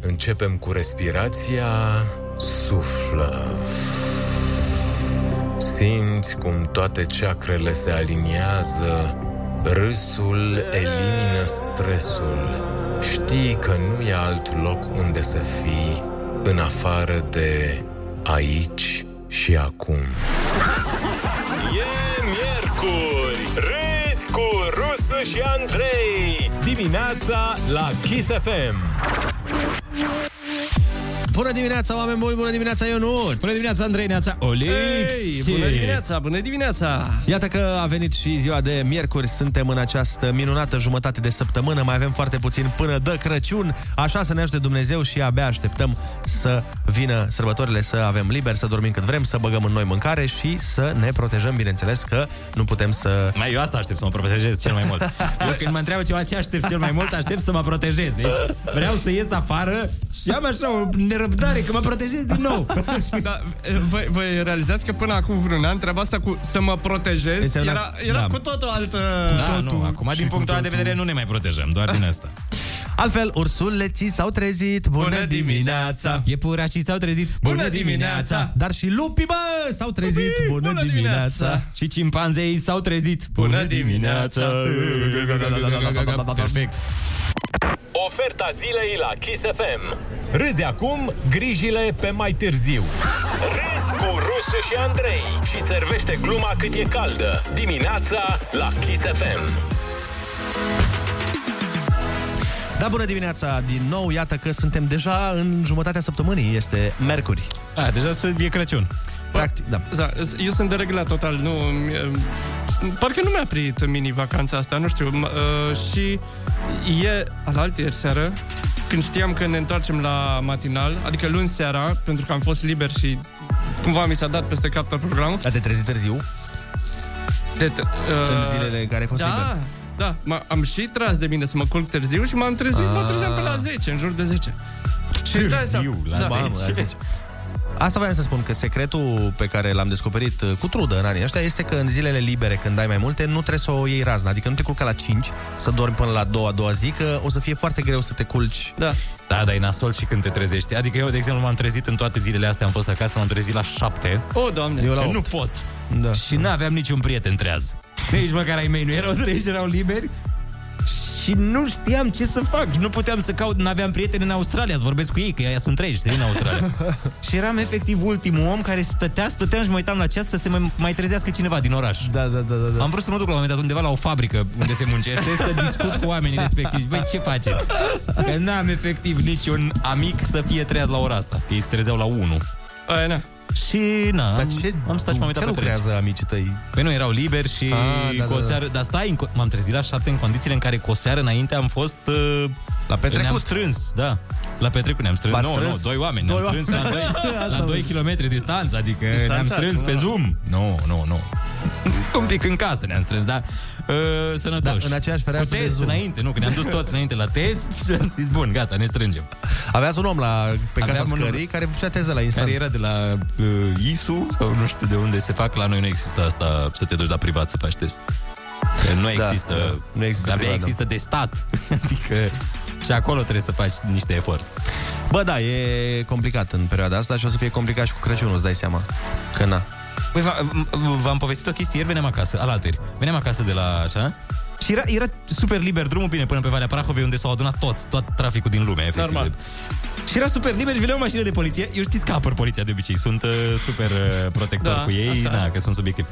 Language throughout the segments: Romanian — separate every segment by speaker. Speaker 1: Începem cu respirația. Suflă. Simți cum toate ceacrele se aliniază, râsul elimină stresul. Știi că nu e alt loc unde să fii în afară de aici și acum.
Speaker 2: E miercuri, râzi cu Rusu și Andrei Dimineața la Kiss FM
Speaker 3: Bună dimineața, oameni buni! Bună dimineața, Ionut!
Speaker 4: Bună dimineața, Andrei Neața Olix!
Speaker 3: Ei,
Speaker 4: bună dimineața, bună dimineața!
Speaker 3: Iată că a venit și ziua de miercuri, suntem în această minunată jumătate de săptămână, mai avem foarte puțin până de Crăciun, așa să ne ajute Dumnezeu și abia așteptăm să vină sărbătorile, să avem liber, să dormim cât vrem, să băgăm în noi mâncare și să ne protejăm, bineînțeles că nu putem să...
Speaker 4: Mai eu asta aștept să mă protejez cel mai mult. Eu când mă întreabă ceva ce aștept cel mai mult, aștept să mă protejez. Deci vreau să ies afară și am așa o nerăbdare că mă protejez din nou.
Speaker 5: Da, voi, voi realizați că până acum vreun an treaba asta cu să mă protejez
Speaker 3: Înseamnă-
Speaker 5: era, era
Speaker 3: da.
Speaker 5: da. cu totul altă...
Speaker 4: Da, nu, acum din punctul ăla de vedere nu ne mai protejăm, doar din asta.
Speaker 3: Altfel, ursuleții s-au trezit, bună,
Speaker 5: Bună dimineața!
Speaker 4: Iepurașii s-au trezit.
Speaker 5: Bună dimineața!
Speaker 3: Dar și lupii, bă, s-au trezit,
Speaker 5: Lupii,
Speaker 3: bună,
Speaker 5: bună
Speaker 3: dimineața!
Speaker 5: dimineața!
Speaker 4: Și cimpanzeii s-au trezit.
Speaker 5: Bună dimineața!
Speaker 4: Perfect.
Speaker 2: Oferta zilei la Kiss FM Râzi acum, grijile pe mai târziu Râzi cu Rusu și Andrei Și servește gluma cât e caldă Dimineața la Kiss FM
Speaker 3: Da, bună dimineața din nou, iată că suntem deja în jumătatea săptămânii, este Mercuri.
Speaker 4: A, deja sunt- e Crăciun.
Speaker 3: Practic, da.
Speaker 5: Da, eu sunt dereglat total, nu... mi- Parcă nu mi-a prit mini-vacanța asta, nu știu. m- uh, și e alaltieri seară, când știam că ne întoarcem la matinal, adică luni seara, pentru că am fost liber și cumva mi s-a dat peste cap tot programul.
Speaker 3: Dar te trezi târziu,
Speaker 5: De t- uh,
Speaker 3: în zilele în care ai fost
Speaker 5: da,
Speaker 3: liber.
Speaker 5: da, m- am și tras de mine să mă culc târziu și m-am trezit,
Speaker 3: Ah.
Speaker 5: mă trezeam pe la 10, în jur de 10. Și îți dai seama- Da.
Speaker 4: Târziu, la
Speaker 3: Mamă, la 10. Asta voiam să spun, că secretul pe care l-am descoperit uh, cu trudă în anii ăștia este că în zilele libere, când ai mai multe, nu trebuie să o iei razna. Adică nu te culca la 5, să dormi până la 2 a doua zi, că o să fie foarte greu să te culci.
Speaker 5: Da.
Speaker 4: Da, dar e nasol și când te trezești. Adică eu, de exemplu, m-am trezit în toate zilele astea, am fost acasă, m-am trezit la șapte.
Speaker 5: O, doamne.
Speaker 3: Eu la
Speaker 4: Că nu
Speaker 3: 8.
Speaker 4: pot.
Speaker 3: Da.
Speaker 4: Și n-aveam niciun prieten treaz. Nici măcar ai mei nu erau treji, erau liberi. Și nu știam ce să fac. Nu puteam să caut, n-aveam prieteni în Australia, să vorbesc cu ei, că aia sunt treji, din Australia. și eram efectiv ultimul om care stătea, stăteam și mă uitam la ceas să se mai, mai trezească cineva din oraș.
Speaker 3: Da, da, da, da, da.
Speaker 4: Am vrut să mă duc la un moment dat undeva la o fabrică unde se muncește să discut cu oamenii respectivi. Băi, ce faceți? Că n-am efectiv niciun amic să fie treaz la ora asta. Ei se trezeau la 1.
Speaker 5: Aia, na.
Speaker 4: Și na,
Speaker 3: Dar
Speaker 4: am,
Speaker 3: ce,
Speaker 4: am stat și m-am uitat
Speaker 3: ce
Speaker 4: pe pereți.
Speaker 3: lucrează amicii tăi?
Speaker 4: Păi nu, erau liberi și
Speaker 3: Ah, da,
Speaker 4: cu o
Speaker 3: da, da.
Speaker 4: seară... Dar stai, în co- m-am trezit la șapte în condițiile în care cu o seară înainte am fost... Uh,
Speaker 3: La
Speaker 4: ne-am
Speaker 3: petrecut?
Speaker 4: strâns, da. La petrecuri ne-am strâns.
Speaker 3: V-ați
Speaker 4: Nu,
Speaker 3: strâns?
Speaker 4: nu, doi oameni.
Speaker 3: Doi
Speaker 4: ne-am strâns la doi, la doi kilometri distanță, adică ne-am strâns pe Zoom. Nu, nu, nu. Un pic în casă ne-am strâns, da? Uh, sănătoși.
Speaker 3: Da, în aceeași
Speaker 4: Cu
Speaker 3: fereastră de
Speaker 4: test
Speaker 3: Zoom.
Speaker 4: înainte, nu, că ne-am dus toți înainte la test și am zis, bun, gata, ne strângem.
Speaker 3: Aveați un om la, pe
Speaker 4: Aveam
Speaker 3: casa
Speaker 4: un om.
Speaker 3: scării care făcea teze la instant.
Speaker 4: Care era de la uh, ISU sau nu știu de unde se fac, la noi nu există asta, să te duci la privat să faci test. Că Nu există,
Speaker 3: da. Nu există
Speaker 4: abia
Speaker 3: privat,
Speaker 4: există de stat. adică și acolo trebuie să faci niște efort.
Speaker 3: Bă, da, e complicat în perioada asta și o să fie complicat și cu Crăciunul, îți dai seama. Că na.
Speaker 4: Păi v- v- v-am povestit o chestie, ieri veneam acasă, alateri. Veneam acasă de la așa, și era, era super liber drumul, bine, până pe Valea Prahovei, unde s-au adunat toți, tot traficul din lume, efectiv.
Speaker 5: Normal.
Speaker 4: Și era super liber și venea o mașină de poliție. Eu știți că apăr poliția de obicei, sunt uh, super uh, protector
Speaker 5: Da,
Speaker 4: cu ei,
Speaker 5: așa.
Speaker 4: na, că sunt subiectiv.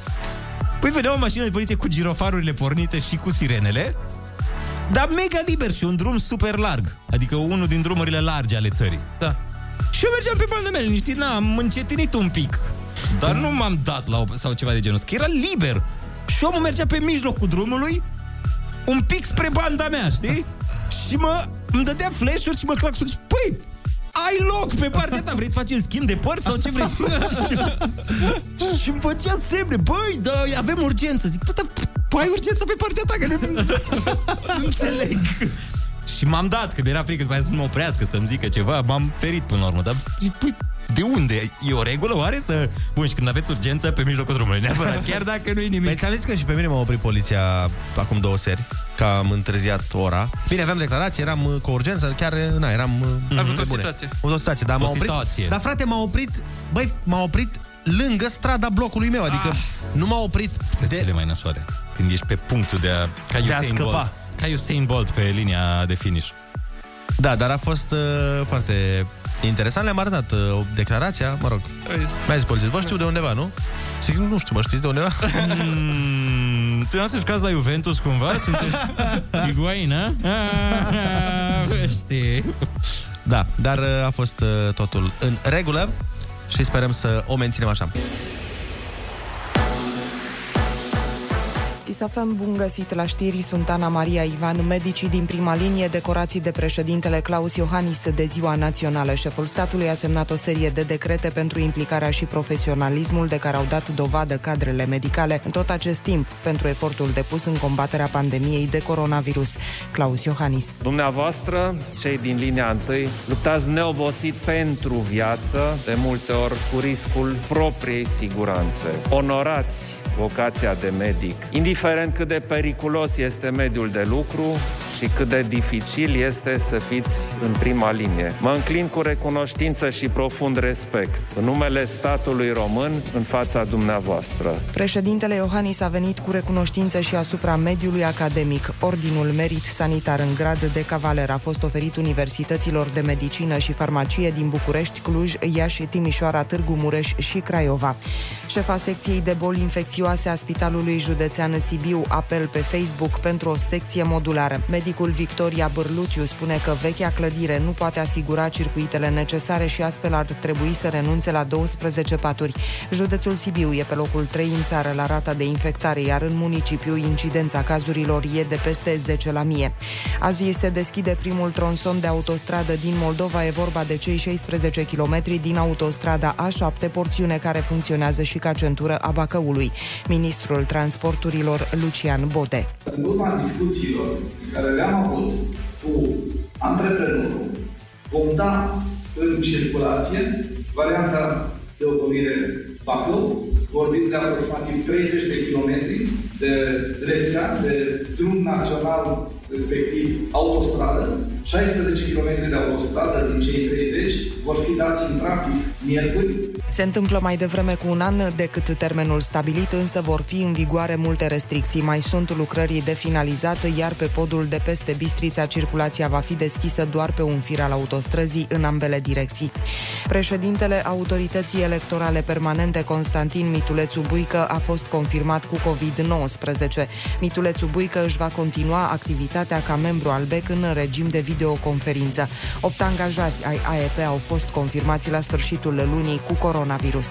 Speaker 4: Păi venea o mașină de poliție cu girofarurile pornite și cu sirenele, dar mega liber și un drum super larg. Adică unul din drumurile largi ale țării.
Speaker 5: Da.
Speaker 4: Și eu mergeam pe banda mea, liniștit, na, am încetinit un pic. Dar nu m-am dat la o, sau ceva de genul ăsta, că era liber. Și omul mergea pe mijlocul drumului, un pic spre banda mea, știi? Și mă, îmi dădea flash-uri și mă claxon și, păi, ai loc pe partea ta, vrei să facem schimb de părți sau ce vrei să faci? și îmi făcea semne, băi, da, avem urgență. Zic, bă, da, p- ai urgență pe partea ta, că ne... nu înțeleg. Și m-am dat, că mi-era frică după aia să nu mă oprească, să-mi zică ceva, m-am ferit până la urmă, dar zic, păi, de unde? E o regulă oare să... Bun, și când aveți urgență pe mijlocul drumului, neapărat, chiar dacă nu e nimic.
Speaker 3: Păi ți-am zis că și pe mine m-a oprit poliția acum două seri. că am întârziat ora. Bine, aveam declarație, eram uh, cu urgență, chiar, uh, na, eram... uh,
Speaker 4: Mhm.
Speaker 5: Ai avut o
Speaker 3: pe bune.
Speaker 5: situație.
Speaker 3: Am avut O situație, dar
Speaker 6: O
Speaker 3: m-a oprit...
Speaker 6: situație.
Speaker 3: Dar frate, m-a oprit... Băi, m-a oprit lângă strada blocului meu, adică
Speaker 5: Ah.
Speaker 3: nu m-a oprit
Speaker 6: Sunt
Speaker 3: de...
Speaker 6: cele mai nasoare. Când ești pe punctul de a... Ca
Speaker 3: a
Speaker 6: Usain
Speaker 3: scăpa.
Speaker 6: Bolt. Ca Usain Bolt pe linia de finish.
Speaker 3: Da, dar a fost uh, foarte interesant, le-am arătat uh, declarația, mă rog. Mi-a zis polițist, vă știu de undeva, nu? Zic, nu știu, mă știți de undeva?
Speaker 6: Mm, tu n-am să jucați la Juventus cumva? Sunteți Ah, Iguaina? ah, Știi.
Speaker 3: Da, dar uh, a fost uh, totul în regulă și sperăm să o menținem așa.
Speaker 7: Chisafem, bun găsit la știri, sunt Ana Maria Ivan. Medicii din prima linie, decorații de președintele Claus Iohannis de Ziua Națională. Șeful statului a semnat o serie de decrete pentru implicarea și profesionalismul de care au dat dovadă cadrele medicale în tot acest timp pentru efortul depus în combaterea pandemiei de coronavirus. Claus Iohannis.
Speaker 8: Dumneavoastră, cei din linia întâi, luptați neobosit pentru viață, de multe ori cu riscul propriei siguranțe. Onorați vocația de medic, indiferent cât de periculos este mediul de lucru și cât de dificil este să fiți în prima linie. Mă înclin cu recunoștință și profund respect în numele statului român în fața dumneavoastră.
Speaker 7: Președintele Iohannis a venit cu recunoștință și asupra mediului academic. Ordinul Merit Sanitar în grad de cavaler a fost oferit universităților de medicină și farmacie din București, Cluj, Iași, Timișoara, Târgu Mureș și Craiova. Șefa secției de boli infecțioase a Spitalului Județean Sibiu apel pe Facebook pentru o secție modulară. Medicul Victoria Bârluțiu spune că vechea clădire nu poate asigura circuitele necesare și astfel ar trebui să renunțe la 12 paturi. Județul Sibiu e pe locul 3 în țară la rata de infectare, iar în municipiu incidența cazurilor e de peste 10 la mie. Azi se deschide primul tronson de autostradă din Moldova, e vorba de cei 16 km din autostrada A7, porțiune care funcționează și ca centură a Bacăului. Ministrul Transporturilor Lucian Bode.
Speaker 9: În urma discuțiilor pe care le-am avut cu antreprenorul, vom da în circulație varianta de ocolire Bacău, vorbim de aproximativ 30 de kilometri de rețea, de drum național, respectiv autostradă, 16 km de autostradă din cei 30 vor fi dați în trafic miercuri
Speaker 7: Se întâmplă mai devreme cu un an decât termenul stabilit, însă vor fi în vigoare multe restricții. Mai sunt lucrări de finalizat, iar pe podul de peste Bistrița circulația va fi deschisă doar pe un fir al autostrăzii în ambele direcții. Președintele Autorității Electorale Permanente Constantin Mitulețu Buică a fost confirmat cu COVID-19. Mitulețu Buică își va continua activitatea ca membru al BEC în regim de videoconferință. Opt angajați ai AEP au fost confirmați la sfârșitul lunii cu coronavirus.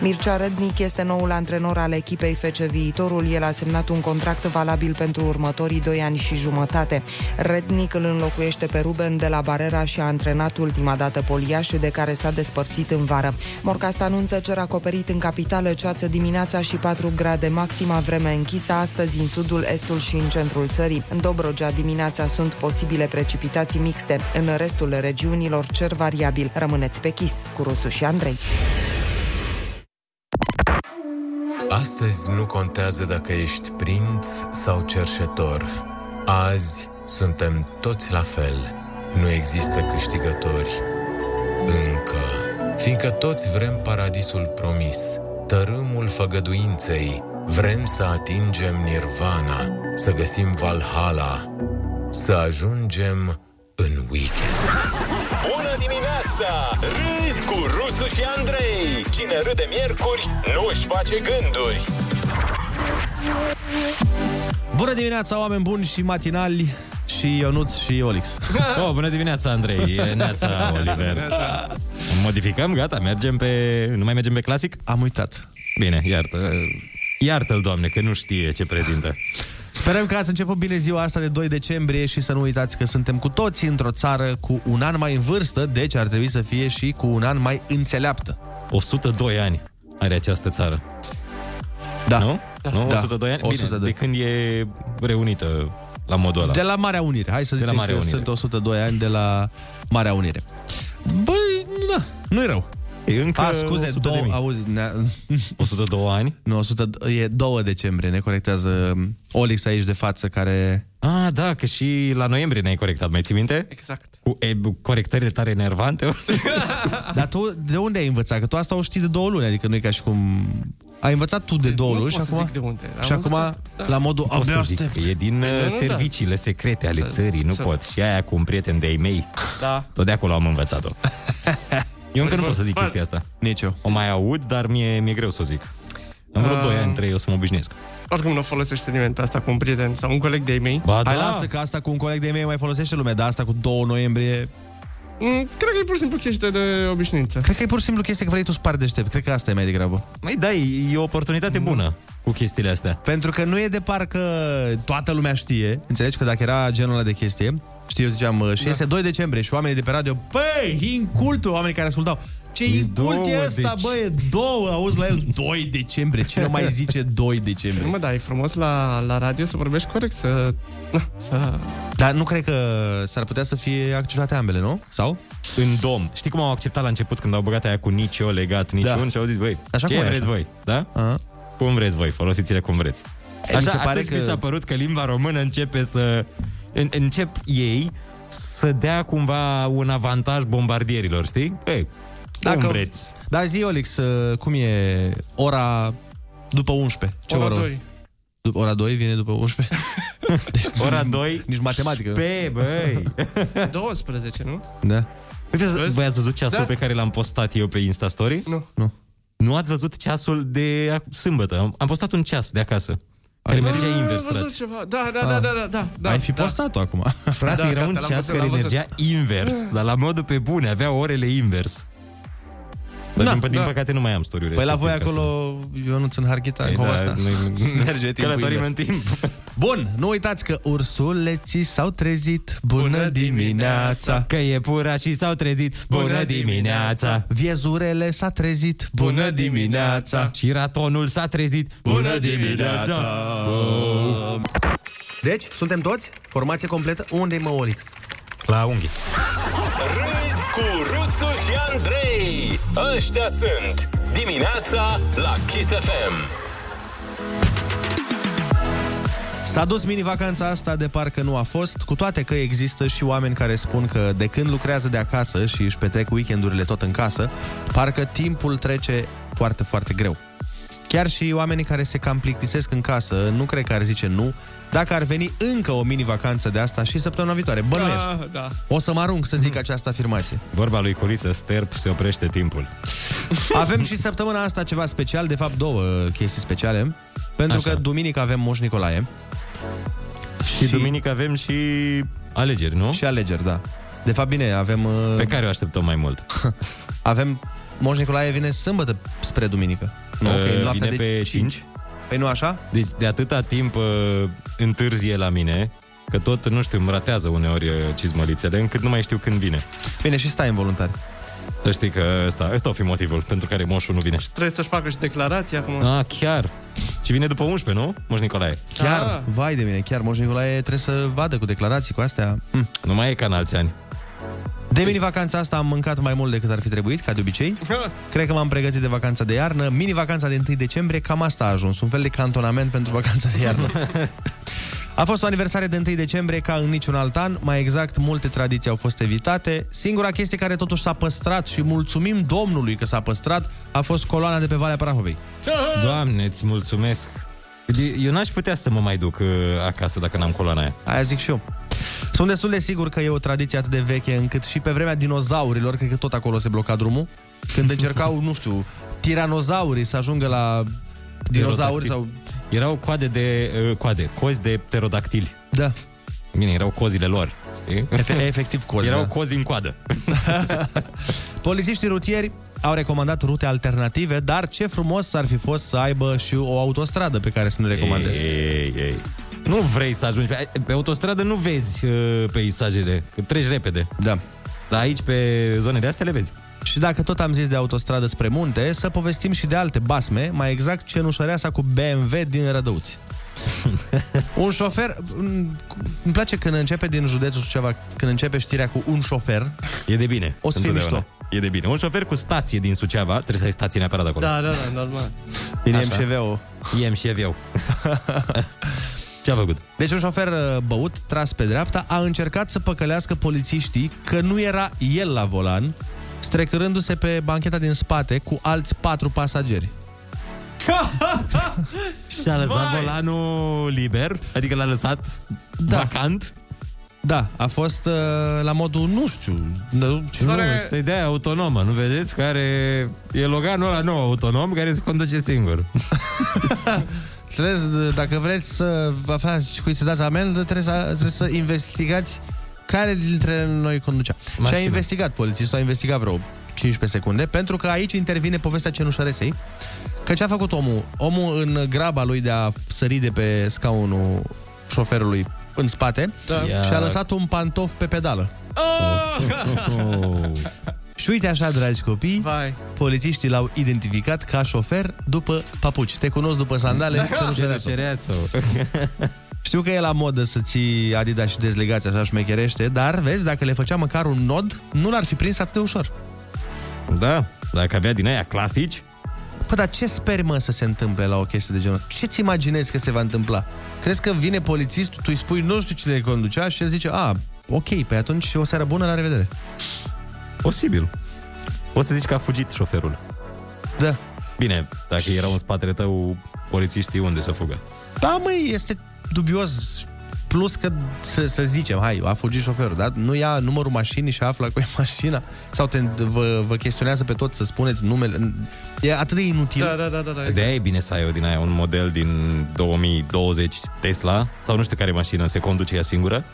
Speaker 7: Mircea Rednic este noul antrenor al echipei FC Viitorul. El a semnat un contract valabil pentru următorii doi ani și jumătate. Rednic îl înlocuiește pe Ruben de la Barera și a antrenat ultima dată poliașul de care s-a despărțit în vară. Morcast anunță cer acoperit în capitală ceață dimineața și 4 grade maxima vreme închisă astăzi în sudul, estul și în centrul țării. În Dobrogea dimineața sunt posibile precipitații mixte. În restul regiunilor cer variabil. Rămâneți pe chis cu Rusu și Andrei.
Speaker 1: Astăzi nu contează dacă ești prinț sau cerșetor. Azi suntem toți la fel. Nu există câștigători. Încă. Fiindcă toți vrem paradisul promis, tărâmul făgăduinței, vrem să atingem nirvana, să găsim Valhalla, să ajungem în weekend.
Speaker 2: Bună dimineața! Râzi cu Rusu și Andrei! Cine râde miercuri, nu își face gânduri.
Speaker 3: Bună dimineața, oameni buni și matinali și Ionuț și Olix.
Speaker 6: Oh, bună dimineața, Andrei. E Neața, Oliver. Modificăm, gata, mergem pe... Nu mai mergem pe clasic?
Speaker 3: Am uitat.
Speaker 6: Bine, iartă. Iartă-l, doamne, că nu știe ce prezintă.
Speaker 3: Sperăm că ați început bine ziua asta de 2 decembrie și să nu uitați că suntem cu toți într-o țară cu un an mai în vârstă, deci ar trebui să fie și cu un an mai înțeleaptă.
Speaker 6: 102 ani are această țară.
Speaker 3: Da.
Speaker 6: Nu? Nu?
Speaker 3: Da.
Speaker 6: 102 ani?
Speaker 3: 102.
Speaker 6: Bine, de când e reunită la modul ăla.
Speaker 3: De la Marea Unire. Hai să
Speaker 6: De la
Speaker 3: zicem că
Speaker 6: Marea Unire.
Speaker 3: sunt 102 ani de la Marea Unire. Băi, na, nu-i rău.
Speaker 6: E încă
Speaker 3: A, scuze,
Speaker 6: 100
Speaker 3: două,
Speaker 6: de mii.
Speaker 3: auzi, ne
Speaker 6: 102 ani?
Speaker 3: nu, 100, e 2 decembrie, ne corectează Olix aici de față, care
Speaker 6: A,
Speaker 4: Ah, da, că și la noiembrie ne-ai corectat, mai ții minte?
Speaker 5: Exact.
Speaker 4: Cu e, bu- corectările tare nervante.
Speaker 3: Dar tu de unde ai învățat? Că tu asta o știi de două luni, adică nu e ca și cum... Ai învățat tu de două
Speaker 5: nu
Speaker 3: luni și
Speaker 5: pot să
Speaker 3: acum...
Speaker 5: zic de unde. Am
Speaker 3: Și acum,
Speaker 5: învățat, da.
Speaker 3: la modul...
Speaker 4: Pot
Speaker 3: Abia
Speaker 4: să zic,
Speaker 3: aștept.
Speaker 4: că e din uh,
Speaker 5: nu, da.
Speaker 4: serviciile secrete ale
Speaker 5: Să-
Speaker 4: țării, nu
Speaker 5: să-
Speaker 4: pot. Și aia cu un prieten de-ai mei,
Speaker 5: Da. Păi
Speaker 4: tot de acolo am învățat-o. Eu încă nu pot să zic
Speaker 5: Bă.
Speaker 4: chestia asta.
Speaker 3: Nici eu.
Speaker 4: O mai aud, dar mi-e, mi-e greu să o zic. În vreo
Speaker 5: Ah.
Speaker 4: 2 ani, 3, o să mă obișnuiesc.
Speaker 5: Oricum nu o folosește nimeni pe asta cu un prieten sau un coleg de-ai mei.
Speaker 4: Ba, da.
Speaker 3: Hai, lasă că asta cu un coleg de mei mai folosește lumea, dar asta cu 2 noiembrie...
Speaker 5: Mm, Cred că e pur și simplu chestie de obișnuință.
Speaker 3: Cred că e pur și simplu chestia că vrei tu să pari deștept. Cred că asta e mai degrabă. Mm.
Speaker 4: Mai da, e e o oportunitate bună cu chestiile astea.
Speaker 3: Pentru că nu e de parcă toată lumea știe, înțelegi? Că dacă era genul ăla de chestie, știi, eu ziceam, uh, și da. este 2 decembrie și oamenii de pe radio, băi, e incultul, oamenii care ascultau. Ce incult e
Speaker 4: 20.
Speaker 3: ăsta, bă, e două, auzi la el, 2 decembrie. Cine mai zice 2
Speaker 5: Nu
Speaker 3: decembrie?
Speaker 5: mă, da, e frumos la, la radio să vorbești corect, să... Na,
Speaker 4: Da.
Speaker 5: să...
Speaker 3: Dar nu cred că s-ar putea să fie acceptate ambele, nu? Sau?
Speaker 4: În dom. Știi cum au acceptat la început când au băgat aia cu nici eu legat, nici
Speaker 3: Da.
Speaker 4: un și au zis, băi,
Speaker 3: Așa
Speaker 4: ce
Speaker 3: cum e
Speaker 4: vreți
Speaker 3: așa.
Speaker 4: voi? Da?
Speaker 3: A?
Speaker 4: Cum vreți voi, folosiți-le cum vreți.
Speaker 3: mi
Speaker 4: Așa,
Speaker 3: se pare
Speaker 4: atunci
Speaker 3: că-
Speaker 4: mi s-a părut că limba română începe să... În, încep ei să dea cumva un avantaj bombardierilor, știi? Ei, Dacă... cum vreți.
Speaker 3: Da, zi, Olix, uh, cum e ora după 11? Ce
Speaker 5: Ora
Speaker 3: oră?
Speaker 5: doi.
Speaker 3: Dup- Ora 2 vine după 11?
Speaker 4: Ora 2...
Speaker 3: Nici matematică. Pe...
Speaker 4: Pe, băi!
Speaker 5: 12, nu?
Speaker 3: Da.
Speaker 4: Uite,
Speaker 5: Vezi?
Speaker 4: Voi ați văzut ceasul
Speaker 5: De-asta.
Speaker 4: pe care l-am postat eu pe Insta Story?
Speaker 5: Nu.
Speaker 4: Da. Nu ați văzut ceasul de ac- sâmbătă. Am- Am postat un ceas de acasă. Care mergea
Speaker 5: Ah,
Speaker 4: Păi, invers,
Speaker 5: am văzut
Speaker 4: frate. Ah.
Speaker 5: ceva. Da, da, da, da, da, da, da.
Speaker 3: Ah. Ai fi
Speaker 5: da.
Speaker 3: postat-o acum. Da.
Speaker 4: Frate,
Speaker 5: Da,
Speaker 4: era
Speaker 5: gata,
Speaker 4: un
Speaker 5: l-am
Speaker 4: ceas
Speaker 5: văzut,
Speaker 4: care
Speaker 5: l-am văzut.
Speaker 4: mergea invers, dar la modul pe bune, avea orele invers. Dar
Speaker 3: Na,
Speaker 4: din, pă- din
Speaker 5: da.
Speaker 4: păcate nu mai am story
Speaker 3: Păi la voi acolo, eu nu țin harghita, cum asta. Merge timpul
Speaker 4: Călătorim
Speaker 3: invers.
Speaker 4: în timp.
Speaker 3: Bun, nu uitați că ursuleții s-au trezit. Bună,
Speaker 5: Bună
Speaker 3: dimineața!
Speaker 4: Că e pura și s-au trezit.
Speaker 5: Bună
Speaker 4: Bună dimineața!
Speaker 3: Viezurele s-a trezit.
Speaker 5: Bună dimineața!
Speaker 4: Și ratonul s-a trezit.
Speaker 3: Bună dimineața! Deci, suntem toți? Formație completă? Unde-i mă Olix?
Speaker 4: La unghi.
Speaker 2: Râzi cu Rusu și Andrei Ăștia sunt Dimineața la Kiss FM
Speaker 3: S-a dus mini-vacanța asta de parcă nu a fost, cu toate că există și oameni care spun că de când lucrează de acasă și își petrec weekendurile tot în casă, parcă timpul trece foarte, foarte greu. Chiar și oamenii care se cam plictisesc în casă, nu cred că ar zice nu, dacă ar veni încă o mini-vacanță de asta și săptămâna viitoare. Bănuiesc.
Speaker 5: Da, da.
Speaker 3: O să mă arunc să zic această afirmație.
Speaker 4: Vorba lui Culiță, sterp se oprește timpul.
Speaker 3: Avem și săptămâna asta ceva special, de fapt două uh, chestii speciale, pentru
Speaker 4: Așa.
Speaker 3: că duminică avem Moș Nicolae
Speaker 4: Și, și duminică avem și alegeri, nu?
Speaker 3: și alegeri, da. De fapt, bine, avem... uh,
Speaker 4: Pe care o așteptăm mai mult.
Speaker 3: Avem Moș Nicolae vine sâmbătă spre duminică. Nu, că e
Speaker 4: Uh,
Speaker 3: noaptea
Speaker 4: Vine
Speaker 3: de...
Speaker 4: pe 5.
Speaker 3: Păi nu așa?
Speaker 4: Deci de atâta timp uh, întârzie la mine, că tot, nu știu, îmi ratează uneori uh, cizmălițele, încât nu mai știu când vine.
Speaker 3: Bine, și stai involuntar.
Speaker 4: Să știi că ăsta, ăsta o fi motivul pentru care moșul nu vine.
Speaker 5: Trebuie să-și facă și declarații acum.
Speaker 4: Ah, chiar. Și vine după 11, nu? Moș Nicolae.
Speaker 3: Chiar,
Speaker 5: Ah.
Speaker 3: vai de mine, chiar Moș Nicolae trebuie să vadă cu declarații, cu astea. Hm.
Speaker 4: Nu mai e ca în alți ani.
Speaker 3: De mini-vacanța asta am mâncat mai mult decât ar fi trebuit, ca de obicei. Cred că m-am pregătit de vacanța de iarnă. Mini-vacanța de 1 decembrie, cam asta a ajuns. Un fel de cantonament pentru vacanța de iarnă. A fost o aniversare de 1 decembrie ca în niciun alt an, mai exact multe tradiții au fost evitate. Singura chestie care totuși s-a păstrat și mulțumim Domnului că s-a păstrat a fost coloana de pe Valea Prahovei.
Speaker 4: Doamne, îți mulțumesc.
Speaker 3: Deci-
Speaker 4: De- Eu n-aș putea să mă mai duc uh, acasă dacă n-am coloana aia.
Speaker 3: Aia zic și eu. Sunt destul de sigur că e o tradiție atât de veche încât și pe vremea dinozaurilor, cred că tot acolo se bloca drumul, când încercau, nu știu, tiranozaurii să ajungă la dinozauri sau...
Speaker 4: Erau coade de... Uh, coade, cozi de pterodactili.
Speaker 3: Da,
Speaker 4: Bine, erau cozile lor. Știi?
Speaker 3: efe- efectiv cozi.
Speaker 4: Erau
Speaker 3: da.
Speaker 4: cozi în coadă.
Speaker 3: Polițiștii rutieri au recomandat rute alternative, dar ce frumos ar fi fost să aibă și o autostradă pe care să ne recomande.
Speaker 4: Ei, ei, ei. Nu vrei să ajungi pe, pe autostradă, nu vezi uh, peisajele, că treci repede.
Speaker 3: Da.
Speaker 4: Dar aici, pe zone de astea, le vezi.
Speaker 3: Și dacă tot am zis de autostradă spre munte, să povestim și de alte basme, mai exact cenușăreasa cu BMW din Rădăuți. un șofer... m, cu- Îmi place când începe din județul Suceava, când începe știrea cu un șofer.
Speaker 4: E de bine.
Speaker 3: O să fie
Speaker 4: întotdeauna.
Speaker 3: mișto.
Speaker 4: E de bine. Un șofer cu stație din Suceava, trebuie să ai stație neapărat acolo.
Speaker 5: Da, da, da, normal.
Speaker 3: Din
Speaker 4: Așa.
Speaker 3: MCV-ul.
Speaker 4: Iem și eu. Ce a făcut?
Speaker 3: Deci un șofer uh, băut, tras pe dreapta, a încercat să păcălească polițiștii că nu era el la volan, strecărându-se pe bancheta din spate cu alți patru pasageri.
Speaker 4: Și a lăsat
Speaker 5: Vai!
Speaker 4: volanul liber, adică l-a lăsat
Speaker 3: Da.
Speaker 4: vacant.
Speaker 3: Da, a fost uh, la modul, nu știu, nu, nu,
Speaker 4: Nu, este ideea autonomă, nu vedeți? Care e loganul ăla nou autonom care se conduce singur.
Speaker 3: Trebuie, să- dacă vreți să vă aflați cui să dați amendă, trebuie să, trebuie să investigați care dintre noi conducea. Mașina. Și
Speaker 4: Mașina.
Speaker 3: a investigat polițistul, a investigat vreo 15 secunde, pentru că aici intervine povestea cenușăresei. Că ce a făcut omul? Omul, în graba lui de a sări de pe scaunul șoferului în spate, da. și-a
Speaker 4: Ia.
Speaker 3: lăsat un pantof pe pedală.
Speaker 4: Ah! Oh.
Speaker 3: Și uite așa, dragi copii,
Speaker 5: Vai.
Speaker 3: polițiștii l-au identificat ca șofer după papuci. Te cunosc după
Speaker 4: Da.
Speaker 3: sandale, cenușăreasă. Știu că e la modă să ții Adidas și dezlegați așa șmecherește, dar vezi, dacă le făcea măcar un nod, nu l-ar fi prins atât de ușor.
Speaker 4: Da, dacă avea din aia clasici,
Speaker 3: Păi, dar ce speri, mă, să se întâmple la o chestie de genul? Ce-ți imaginezi că se va întâmpla? Crezi că vine polițistul, tu îi spui nu știu cine conducea și el zice, a, ok, pe atunci o seară bună, la revedere.
Speaker 4: posibil. O să zici că a fugit șoferul.
Speaker 3: Da.
Speaker 4: Bine, dacă erau în spatele tău polițiștii, unde să fugă?
Speaker 3: Da, măi, este dubios. Plus că, să, să zicem, hai, a fugit șoferul, dar nu ia numărul mașinii și află cu e mașina. Sau te, vă, vă chestionează pe tot să spuneți numele. E atât de inutil.
Speaker 5: Da, da, da, da, da.
Speaker 4: De aia e bine să ai o din aia, un model din 2020 Tesla, sau nu știu care mașină, se conduce ea singură.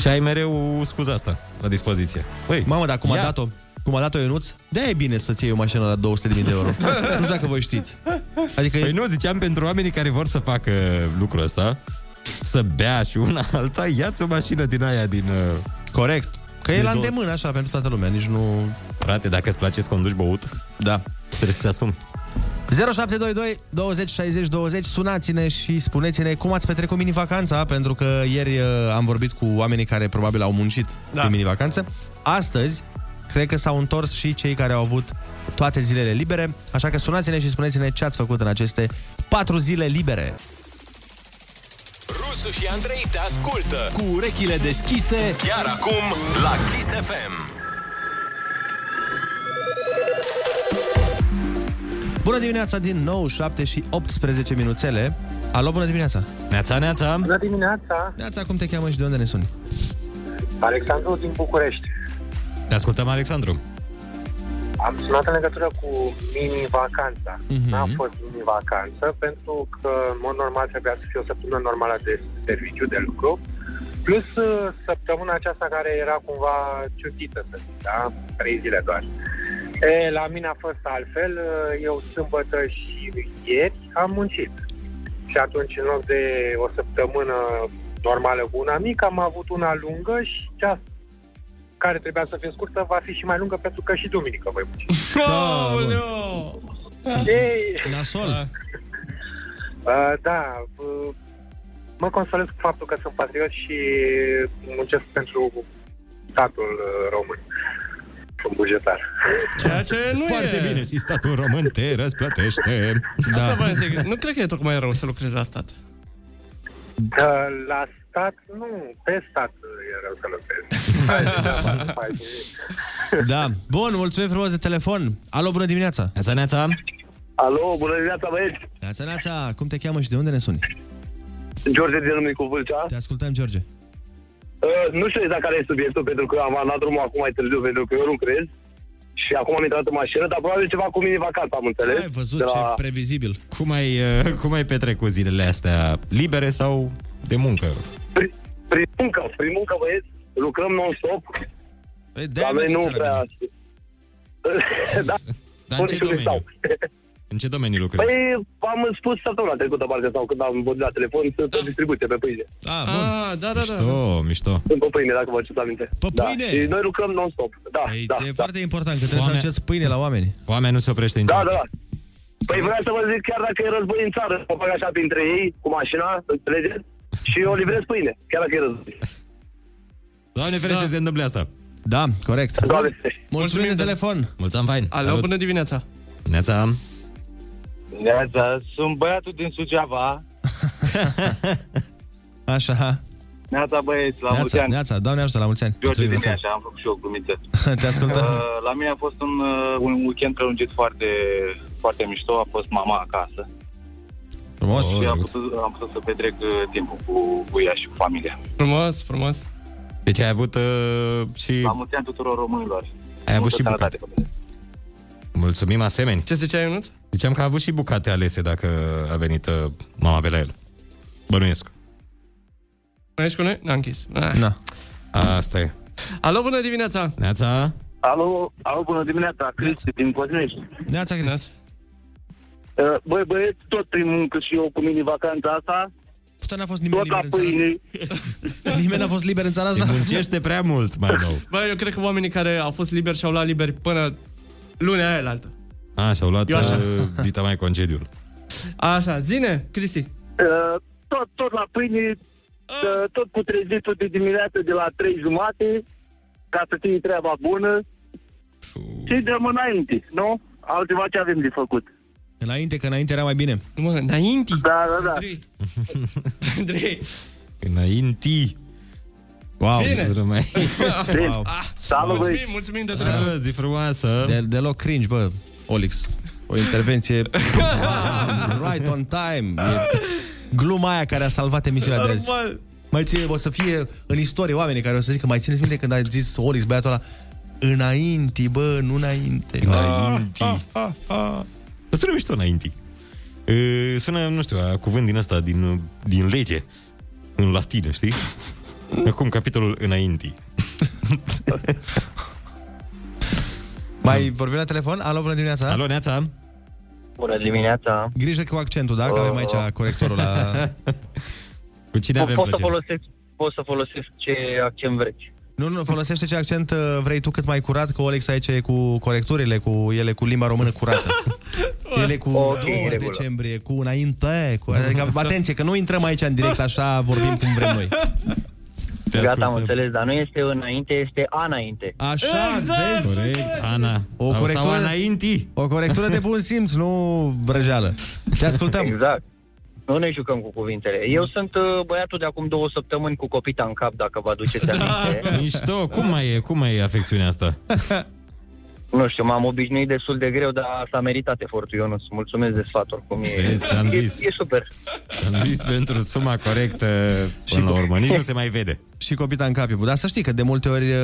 Speaker 4: Și ai mereu scuza asta la dispoziție. Păi,
Speaker 3: Mamă, dar cum a
Speaker 4: ia.
Speaker 3: dat-o? Cum a dat-o Ionuț? de e bine să-ți iei o mașină la 200.000 de euro. nu știu dacă voi știți. Adică
Speaker 4: Păi
Speaker 3: păi
Speaker 4: nu, ziceam pentru oamenii care vor să facă lucrul ăsta, să bea și una alta, ia-ți o mașină din aia din... uh,
Speaker 3: corect. Că e
Speaker 4: E
Speaker 3: la
Speaker 4: două-
Speaker 3: îndemână, așa, pentru toată lumea. Nici nu...
Speaker 4: Frate, dacă îți place să conduci băut,
Speaker 3: Da.
Speaker 4: trebuie să-ți asumi.
Speaker 3: 0722 20 60 20 Sunați-ne și spuneți-ne cum ați petrecut mini-vacanța Pentru că ieri uh, am vorbit cu oamenii care probabil au muncit da. pe mini-vacanță Astăzi, cred că s-au întors și cei care au avut toate zilele libere Așa că sunați-ne și spuneți-ne ce ați făcut în aceste patru zile libere
Speaker 2: Rusu și Andrei te ascultă cu urechile deschise chiar acum la Kiss FM.
Speaker 3: Bună dimineața din nou, 7 și 18 minuțele. Alo, bună dimineața!
Speaker 4: Neața, neața!
Speaker 10: Bună dimineața,
Speaker 3: Neața, cum te cheamă și de unde ne suni?
Speaker 10: Alexandru din București.
Speaker 4: Te ascultăm, Alexandru.
Speaker 10: Am sunat în legătură cu mini-vacanța.
Speaker 3: Mhm.
Speaker 10: Mm-hmm. N-a fost mini-vacanță pentru că, în mod normal, trebuia să fie o săptămână normală de serviciu, de lucru. Plus uh, săptămâna aceasta care era cumva ciutită, să zic, da? Trei zile doar. E, la mine a fost altfel. Uh, Eu sâmbătă și ieri am muncit. Și atunci, în loc de o săptămână normală cu una mică, am avut una lungă și cea care trebuia să fie scurtă va fi și mai lungă pentru că și duminică voi munci.
Speaker 4: Da,
Speaker 5: Aoleo!
Speaker 10: Ei,
Speaker 5: Da.
Speaker 3: Nasol!
Speaker 10: uh, da, uh, mă consolez cu faptul că sunt patriot și muncesc pentru statul uh, român. Sunt bugetar.
Speaker 5: Ceea ce Păi nu
Speaker 4: Foarte
Speaker 5: e.
Speaker 4: bine, și statul român te răsplătește.
Speaker 5: Asta vă zic. Nu cred că e tocmai rău să lucrezi la stat.
Speaker 10: Uh, la stat, nu, pe stat uh, e rău să lucrez. Hai, degeaba, hai,
Speaker 3: Da. Bun, mulțumim frumos de telefon. Alo, bună dimineața!
Speaker 4: Neața, neața!
Speaker 6: Alo, bună dimineața, băieți!
Speaker 3: Neața, Neața, cum te cheamă și de unde ne suni?
Speaker 6: George din Lumii cu Vâlcea.
Speaker 3: Te ascultăm, George.
Speaker 6: Uh, nu știu exact care e subiectul, pentru că am anat drumul acum mai târziu, pentru că eu nu crez. Și acum am intrat în mașină, dar probabil ceva cu mini-vacanță, am înțeles.
Speaker 3: Ai văzut
Speaker 6: De
Speaker 3: ce
Speaker 6: la...
Speaker 3: previzibil.
Speaker 4: Cum ai, uh, cum ai petrecut zilele astea? Libere sau de muncă?
Speaker 6: Prin, prin muncă, prin muncă, băieți, lucrăm non-stop,
Speaker 3: Păi, de
Speaker 6: dar noi nu prea... da,
Speaker 4: Dar în
Speaker 6: pun
Speaker 4: ce
Speaker 6: și unde
Speaker 4: domeniu?
Speaker 6: stau.
Speaker 4: În ce domeniu lucrezi?
Speaker 6: Păi, am spus săptămâna trecută, parcă, sau când am vorbit la telefon,
Speaker 3: Da.
Speaker 6: sunt pe distribuție, pe pâine.
Speaker 3: A, bun.
Speaker 5: Ah, da, da, da.
Speaker 4: Mișto, mișto.
Speaker 6: Sunt pe pâine, dacă vă aduceți aminte.
Speaker 3: Pe
Speaker 6: da.
Speaker 3: pâine?
Speaker 6: Și noi lucrăm non-stop. Da,
Speaker 3: Păi,
Speaker 6: da,
Speaker 3: e
Speaker 6: da.
Speaker 3: foarte important că trebuie să
Speaker 4: Foame.
Speaker 3: încerci pâine la oameni.
Speaker 4: Oamenii nu se oprește
Speaker 6: Da,
Speaker 4: niciodată.
Speaker 6: da, da. Păi vreau să vă zic, chiar dacă e război în țară, mă fac așa printre ei, cu mașina, înțelegeți? Și eu livrez pâine, chiar dacă e război.
Speaker 4: Doamne ferește,
Speaker 5: Da.
Speaker 4: da. se întâmple asta.
Speaker 3: Da, corect.
Speaker 6: Doamne, ferește.
Speaker 3: Mulțumim de
Speaker 5: Mulțumim,
Speaker 3: telefon.
Speaker 4: Mulțumim, fain.
Speaker 5: Alo, bună dimineața.
Speaker 4: Neața.
Speaker 10: Neața, sunt băiatul din Suceava.
Speaker 3: Așa.
Speaker 11: Neața băieți, la mulți
Speaker 3: Neața,
Speaker 11: ani.
Speaker 3: neața, Doamne ajută, la mulți ani.
Speaker 11: George din
Speaker 3: Mulțumim
Speaker 11: Iași, am făcut și eu glumițe.
Speaker 3: frumos. Te ascultăm.
Speaker 11: Uh, La mine a fost un, uh, un weekend prelungit foarte, foarte mișto, a fost mama acasă.
Speaker 3: Frumos.
Speaker 11: și am putut, am putut să petrec uh, timpul cu, cu ea și cu familia.
Speaker 5: Da, Frumos, frumos.
Speaker 4: Deci ai avut uh, și...
Speaker 11: La mulți ani tuturor românilor.
Speaker 4: Ai avut
Speaker 11: Multă
Speaker 4: și bucate. Mulțumim asemeni.
Speaker 5: Ce zicea Ionuț?
Speaker 4: Ziceam că a avut și bucate alese dacă a venit uh, mama pe la el. Bănuiesc.
Speaker 5: Mai ești cu noi? N-am închis. Ah.
Speaker 3: Na.
Speaker 4: Asta e.
Speaker 5: Alo, bună dimineața!
Speaker 4: Neața.
Speaker 6: Alo, alo, bună dimineața, Cristi din Cosmești.
Speaker 3: Neața, Cristi.
Speaker 6: Uh, Băi, băieți, tot prin muncă și eu cu mini-vacanța asta,
Speaker 3: Puta n-a fost nimeni
Speaker 6: tot la
Speaker 3: liber în țara asta.
Speaker 6: pâine.
Speaker 3: Nimeni n-a fost liber în țara
Speaker 4: Se
Speaker 3: asta.
Speaker 4: muncește prea mult, mai nou.
Speaker 5: Bă, eu cred că oamenii care au fost liberi și-au luat liberi până lunea aia la altă.
Speaker 4: A, și-au luat
Speaker 5: Eu așa.
Speaker 4: uh, dita mai concediul.
Speaker 5: Așa, zine, Cristi.
Speaker 6: Uh, Tot, tot la pâine,
Speaker 3: Ah.
Speaker 6: uh, tot cu trezitul de dimineață de la 3 jumate, ca să ții treaba bună. Și dăm înainte, nu? Altceva ce avem de făcut.
Speaker 3: Înainte, că înainte era mai bine.
Speaker 5: Mă, înainte.
Speaker 6: Da, da, da.
Speaker 5: Andrei. Andrei.
Speaker 4: Înainti.
Speaker 3: Wow.
Speaker 5: Zine. Ah.
Speaker 4: Lumea.
Speaker 3: wow.
Speaker 6: Salut, băieți!
Speaker 5: Mulțumim, mulțumim de telefon.
Speaker 4: Ah, Zi frumoasă.
Speaker 3: De, deloc cringe, bă, Olix. O intervenție right on time. E gluma aia care a salvat emisiunea de azi.
Speaker 5: Normal.
Speaker 3: Mai ține, o să fie în istorie oamenii care o să zică, mai țineți minte când ai zis Olix, băiatul ăla, înainte, bă, nu înainte.
Speaker 5: Ah,
Speaker 4: Înainti. Dar sună mișto înainti. E, Sună, nu știu, a cuvânt din ăsta, din, din lege, în latină, știi? Acum, capitolul înainti.
Speaker 3: Mai vorbim la telefon? Alo, bună dimineața.
Speaker 4: Alo, Neața?
Speaker 11: Bună dimineața!
Speaker 3: Grijă cu accentul, da? Că avem aici corectorul la...
Speaker 4: Cu cine avem
Speaker 11: Poți să
Speaker 4: plăcere?
Speaker 11: folosesc, poți să folosesc ce accent vrei.
Speaker 3: Nu, nu, folosește ce accent uh, vrei tu cât mai curat, că Olex aici e cu corecturile, cu ele cu limba română curată. ele cu
Speaker 11: Ok,
Speaker 3: 2
Speaker 11: în regulă.
Speaker 3: decembrie, cu înainte, cu... Adică, atenție, că nu intrăm aici în direct, așa vorbim cum vrem noi.
Speaker 4: Te
Speaker 11: Gata, am
Speaker 4: ascultăm.
Speaker 11: înțeles, dar nu este înainte, este anainte.
Speaker 3: Așa, exact. vezi?
Speaker 4: Corect, Ana.
Speaker 3: O
Speaker 4: Sau-
Speaker 3: corectură-
Speaker 4: Sau înainti.
Speaker 3: O corectură de bun simț, nu vrăjeală. Te ascultăm.
Speaker 11: Exact. Nu ne jucăm cu cuvintele. Eu sunt uh, băiatul de acum două săptămâni cu copita în cap, dacă vă aduceți
Speaker 4: Da.
Speaker 11: aminte.
Speaker 4: Mișto, cum mai e, cum mai e afecțiunea asta?
Speaker 11: Nu știu, m-am obișnuit destul de greu, dar s-a meritat efortul, Ionuț. Mulțumesc de sfat, oricum. E,
Speaker 4: Vezi, ți-am
Speaker 11: e,
Speaker 4: zis.
Speaker 11: e super.
Speaker 4: Am zis pentru suma corectă până la urmă, nici nu se mai vede.
Speaker 3: Și copita în cap e bun. Dar să știi că de multe ori, uh,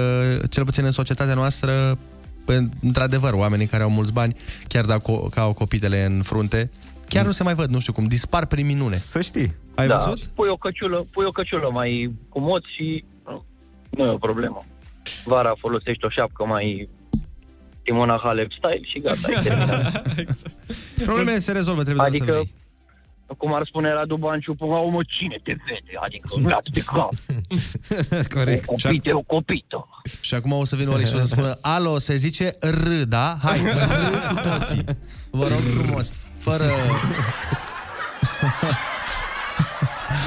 Speaker 3: cel puțin în societatea noastră, în- într-adevăr, oamenii care au mulți bani, chiar dacă ca au copitele în frunte, chiar nu se mai văd, nu știu cum, dispar prin minune.
Speaker 4: Să știi.
Speaker 3: Ai
Speaker 11: da,
Speaker 3: văzut?
Speaker 11: Pui o căciulă, pui o căciulă mai cu moț și nu, nu e o problemă. Vara folosești o șapcă mai Timona Halep style și gata, ai terminat.
Speaker 3: Problemele se rezolvă, trebuie adică... să
Speaker 11: Adică,
Speaker 3: vrei.
Speaker 11: cum ar spune Radu Banciu, până la urmă, cine te vede? Adică, luat de cap,
Speaker 4: Corect.
Speaker 11: o copită, o copită.
Speaker 3: Și acum o să vină Olex și o să spună Alo, se zice R, da? Hai, vă râd cu toții. Vă rog frumos. Fără...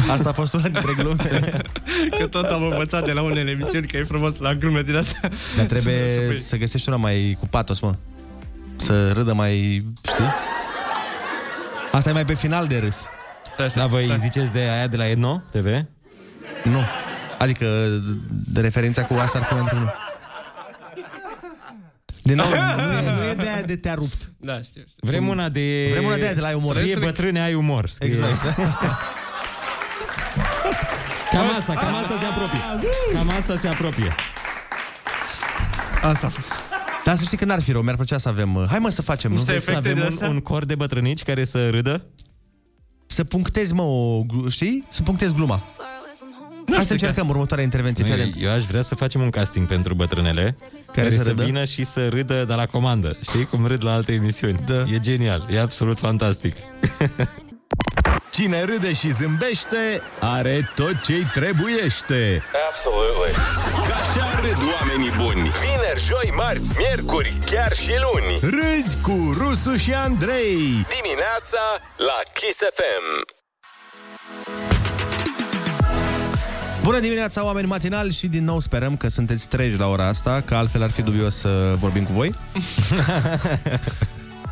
Speaker 3: Asta a fost una dintre glume.
Speaker 5: Că tot am învățat de la unele emisiuni că e frumos la glume din astea.
Speaker 3: Dar
Speaker 5: Să- să
Speaker 3: trebuie
Speaker 5: pui.
Speaker 3: să găsești una mai cu patos, mă. Să râdă mai... Știi? Asta e mai pe final de râs.
Speaker 4: Da, voi ziceți de aia de la Edno TV?
Speaker 3: Nu. Adică de referința cu asta ar fi pentru noi. Din nou, nu e, nu e de aia de te-a rupt.
Speaker 5: Da, știu, știu.
Speaker 4: Vrem una de...
Speaker 3: Vrem una de aia de la ai umor.
Speaker 4: Să fie bătrâne, ai umor. Scrie.
Speaker 3: Exact.
Speaker 4: Cam asta, cam asta se apropie. Cam asta se apropie.
Speaker 5: Asta a fost.
Speaker 3: Dar să știi că n-ar fi rău, mi-ar plăcea să avem... uh, Hai mă să facem, nu?
Speaker 5: Niște-
Speaker 4: Să
Speaker 5: Efecte
Speaker 4: avem
Speaker 5: de
Speaker 4: un,
Speaker 5: astea?
Speaker 4: un cor de bătrânici care să râdă?
Speaker 3: Să punctezi, mă, o, glu- știi? Să punctezi gluma. Hai să încercăm următoarea intervenție. Fii
Speaker 4: Eu,
Speaker 3: atent.
Speaker 4: eu aș vrea să facem un casting pentru bătrânele care,
Speaker 3: să
Speaker 4: să
Speaker 3: râdă?
Speaker 4: vină și să râdă, dar la comandă. Știi cum râd la alte emisiuni? Da. E genial, e absolut fantastic.
Speaker 1: Cine râde și zâmbește are tot ce-i trebuiește.
Speaker 2: Absolutely.
Speaker 1: Ca așa râd oamenii buni.
Speaker 2: Vineri, joi, marți, miercuri, chiar și luni.
Speaker 1: Râzi cu Rusu și Andrei.
Speaker 2: Dimineața la Kiss FM.
Speaker 3: Bună dimineața, oameni matinali și din nou sperăm că sunteți treji la ora asta, că altfel ar fi dubios să vorbim cu voi.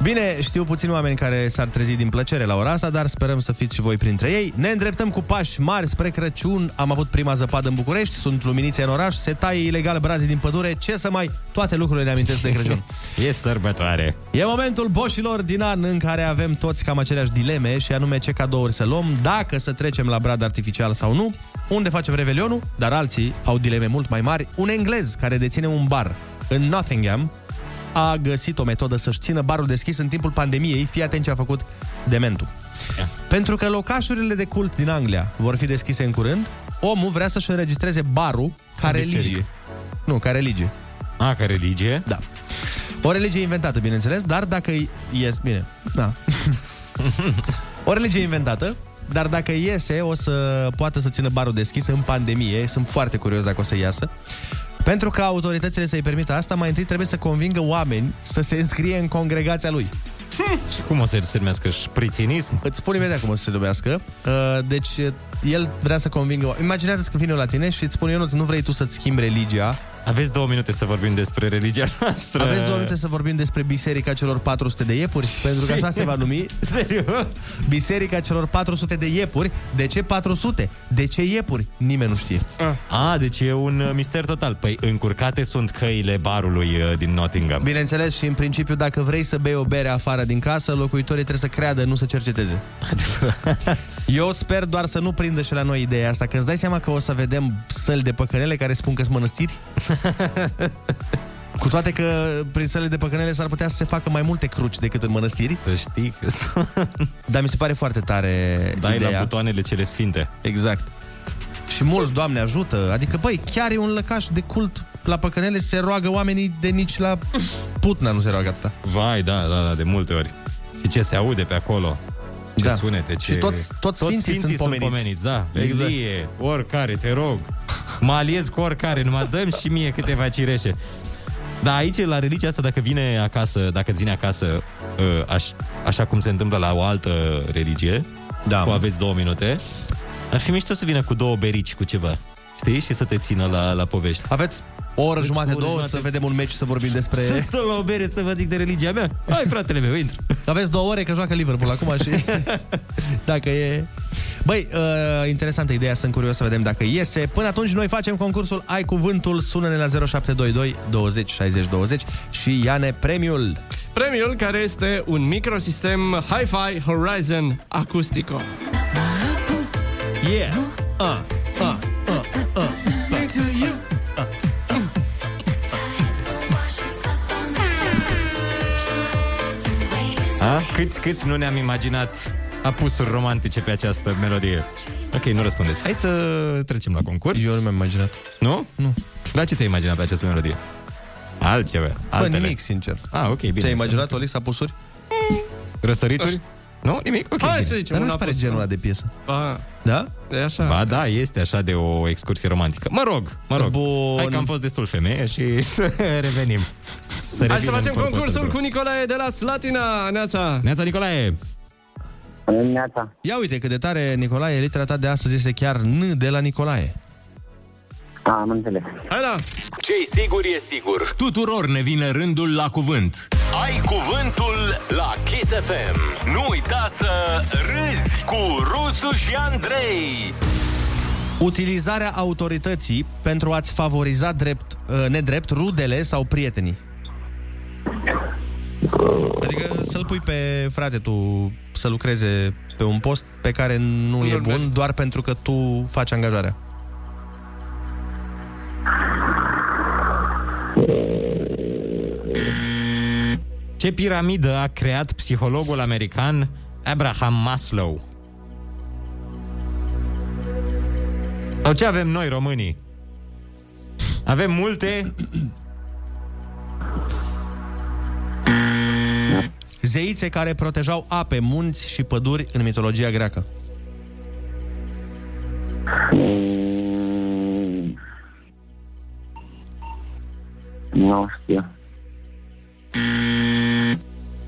Speaker 3: Bine, știu puțini oameni care s-ar trezi din plăcere la ora asta, dar sperăm să fiți și voi printre ei. Ne îndreptăm cu pași mari spre Crăciun. Am avut prima zăpadă în București, sunt luminițe în oraș, se taie ilegal brazii din pădure. Ce să mai... Toate lucrurile ne amintesc de Crăciun.
Speaker 4: E sărbătoare.
Speaker 3: E momentul boșilor din an în care avem toți cam aceleași dileme și anume ce cadouri să luăm, dacă să trecem la brad artificial sau nu, unde facem revelionul, dar alții au dileme mult mai mari. Un englez care deține un bar în Nottingham a găsit o metodă să-și țină barul deschis în timpul pandemiei, fii atent ce a făcut dementul. Pentru că locașurile de cult din Anglia vor fi deschise în curând, omul vrea să-și înregistreze barul ca
Speaker 4: În
Speaker 3: religie.
Speaker 4: biserică.
Speaker 3: Nu, ca religie.
Speaker 4: A, ca religie?
Speaker 3: Da. O religie inventată, bineînțeles, dar dacă i- ies... Bine, da. o religie inventată, dar dacă iese, o să poată să țină barul deschis în pandemie. Sunt foarte curios dacă o să iasă. Pentru ca autoritățile să-i permită asta, mai întâi trebuie să convingă oameni să se înscrie în congregația lui.
Speaker 4: Și cum o să se numească șpriținism?
Speaker 3: Îți spun imediat cum o să se numească. Uh, Deci, uh, el vrea să convingă... oameni. Imaginează-ți că vine eu la tine și îți spune, Ionuț, nu vrei tu să-ți schimbi religia,
Speaker 4: Aveți două minute să vorbim despre religia noastră.
Speaker 3: Aveți două minute să vorbim despre Biserica celor 400 de iepuri? Pentru că așa se va numi.
Speaker 4: Serios?
Speaker 3: Biserica celor 400 de iepuri. De ce 400? De ce iepuri? Nimeni nu știe.
Speaker 4: A, deci e un uh, mister total. Păi încurcate sunt căile barului uh, din Nottingham.
Speaker 3: Bineînțeles și în principiu, dacă vrei să bei o bere afară din casă, locuitorii trebuie să creadă, nu să cerceteze. Eu sper doar să nu prindă și la noi ideea asta, că îți dai seama că o să vedem săli de păcănele care spun că sunt mănăstiri? Cu toate că prin sălile de păcănele s-ar putea să se facă mai multe cruci decât în mănăstiri.
Speaker 4: Să știi că...
Speaker 3: Dar mi se pare foarte tare
Speaker 4: Dai
Speaker 3: ideea.
Speaker 4: la butoanele cele sfinte.
Speaker 3: Exact. Și mulți, Doamne, ajută. Adică, băi, chiar e un lăcaș de cult la păcănele, se roagă oamenii de nici la putna nu se roagă atâta.
Speaker 4: Vai, da, da, da, de multe ori. Și ce se aude pe acolo? Ce
Speaker 3: Da.
Speaker 4: sunete, ce...
Speaker 3: Și toți- toți sfinții sunt pomeniți.
Speaker 4: da.
Speaker 3: Exact.
Speaker 4: Exact. Ilie, oricare, te rog. Mă aliez cu oricare, numai dăm și mie câteva cireșe. Dar aici, la religia asta, dacă vine acasă, dacă îți vine acasă, ă, aș, așa cum se întâmplă la o altă religie, da. cu aveți două minute, ar fi mișto să vină cu două berici, cu ceva. Știi? Și să te țină la, la povești.
Speaker 3: Aveți o oră jumate,
Speaker 4: o oră
Speaker 3: două,
Speaker 4: jumate.
Speaker 3: să vedem un meci și să vorbim
Speaker 4: Să
Speaker 3: despre...
Speaker 4: stăm la o bere să vă zic de religia mea? Hai, fratele meu, intră.
Speaker 3: Aveți două ore că joacă Liverpool acum și... dacă e... Băi, uh, interesantă ideea, sunt curios să vedem dacă iese. Până atunci noi facem concursul Ai Cuvântul, sună-ne la 0722 20 60 20 și ia-ne premiul.
Speaker 5: Premiul care este un microsistem Hi-Fi Horizon Acústico.
Speaker 3: Yeah!
Speaker 5: Uh,
Speaker 3: Ah, ah.
Speaker 4: A? Câți, câți nu ne-am imaginat apusuri romantice pe această melodie? Ok, nu răspundeți. Hai să trecem la concurs.
Speaker 3: Eu nu mi-am imaginat.
Speaker 4: Nu? Nu. Dar ce ți-ai imaginat pe această melodie? Altceva.
Speaker 3: Bă,
Speaker 4: Altele.
Speaker 3: nimic, sincer.
Speaker 4: Ah, ok, bine.
Speaker 3: Ți-ai imaginat, Olix, apusuri?
Speaker 4: Răsărituri? Nu? Nimic? Ok,
Speaker 5: Hai
Speaker 4: bine.
Speaker 5: să zicem
Speaker 3: Dar nu
Speaker 5: un
Speaker 3: mi se pare
Speaker 5: apus.
Speaker 3: genul ăla de piesă.
Speaker 4: Ah.
Speaker 5: Ba,
Speaker 3: Da?
Speaker 5: e așa.
Speaker 4: Ba da, este așa de o excursie romantică. Mă rog, mă rog.
Speaker 3: Bun.
Speaker 4: Hai că am fost destul femeie și să revenim. Să
Speaker 5: Hai să
Speaker 4: revenim
Speaker 5: facem
Speaker 4: în corpul
Speaker 5: concursul
Speaker 4: ăsta,
Speaker 5: cu Nicolae de la Slatina, Neața.
Speaker 4: Neața Nicolae!
Speaker 11: Neața.
Speaker 3: Ia uite cât de tare, Nicolae, litera ta de astăzi este chiar N de la Nicolae.
Speaker 11: Am înțeles.
Speaker 5: Hai da!
Speaker 2: Ce-i sigur e sigur.
Speaker 4: Tuturor ne vine rândul la cuvânt.
Speaker 2: Ai cuvântul la Kiss FM. Nu uita să râzi cu Rusu și Andrei.
Speaker 3: Utilizarea autorității pentru a-ți favoriza drept, uh, nedrept rudele sau prietenii. Adică să-l pui pe frate tu să lucreze pe un post pe care nu, e
Speaker 5: îl
Speaker 3: bun
Speaker 5: merge.
Speaker 3: doar pentru că tu faci angajarea.
Speaker 4: Ce piramidă a creat psihologul american Abraham Maslow? Sau ce avem noi, românii? Avem multe...
Speaker 3: Zeițe care protejau ape, munți și păduri în mitologia greacă.
Speaker 11: Nu știu.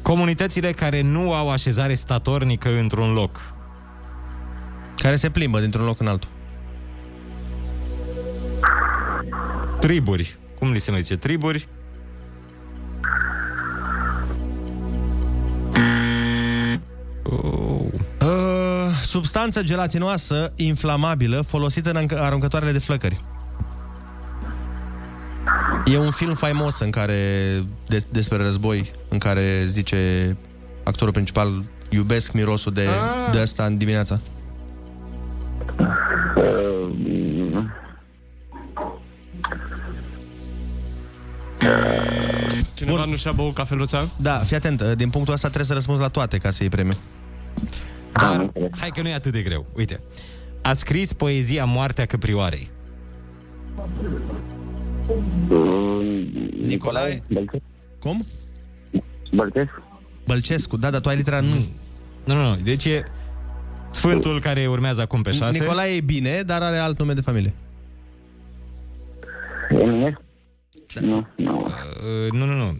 Speaker 4: Comunitățile care nu au așezare statornică într-un loc.
Speaker 3: Care se plimbă dintr-un loc în altul.
Speaker 4: Triburi. Cum li se mai zice? Triburi?
Speaker 3: Uh, substanță gelatinoasă inflamabilă folosită în anc- aruncătoarele de flăcări. E un film faimos în care de, despre război, în care zice actorul principal iubesc mirosul de,
Speaker 5: Ah.
Speaker 3: de asta în dimineața.
Speaker 5: Cineva nu și-a băut cafeluța?
Speaker 3: Da, fii atent, din punctul ăsta trebuie să răspunzi la toate ca să iei premiu.
Speaker 4: Dar, hai că Ah, nu e atât de greu. Uite. A scris poezia Moartea Căprioarei.
Speaker 12: Um,
Speaker 3: Nicolae? Cum? Bălcescu. Bălcescu, da, dar tu ai litera nu.
Speaker 4: Nu, nu, nu. Deci e sfântul care urmează acum pe șase.
Speaker 3: Nicolae e bine, dar are alt nume de familie.
Speaker 4: Nu, nu. Ah, uh, nu, nu, nu.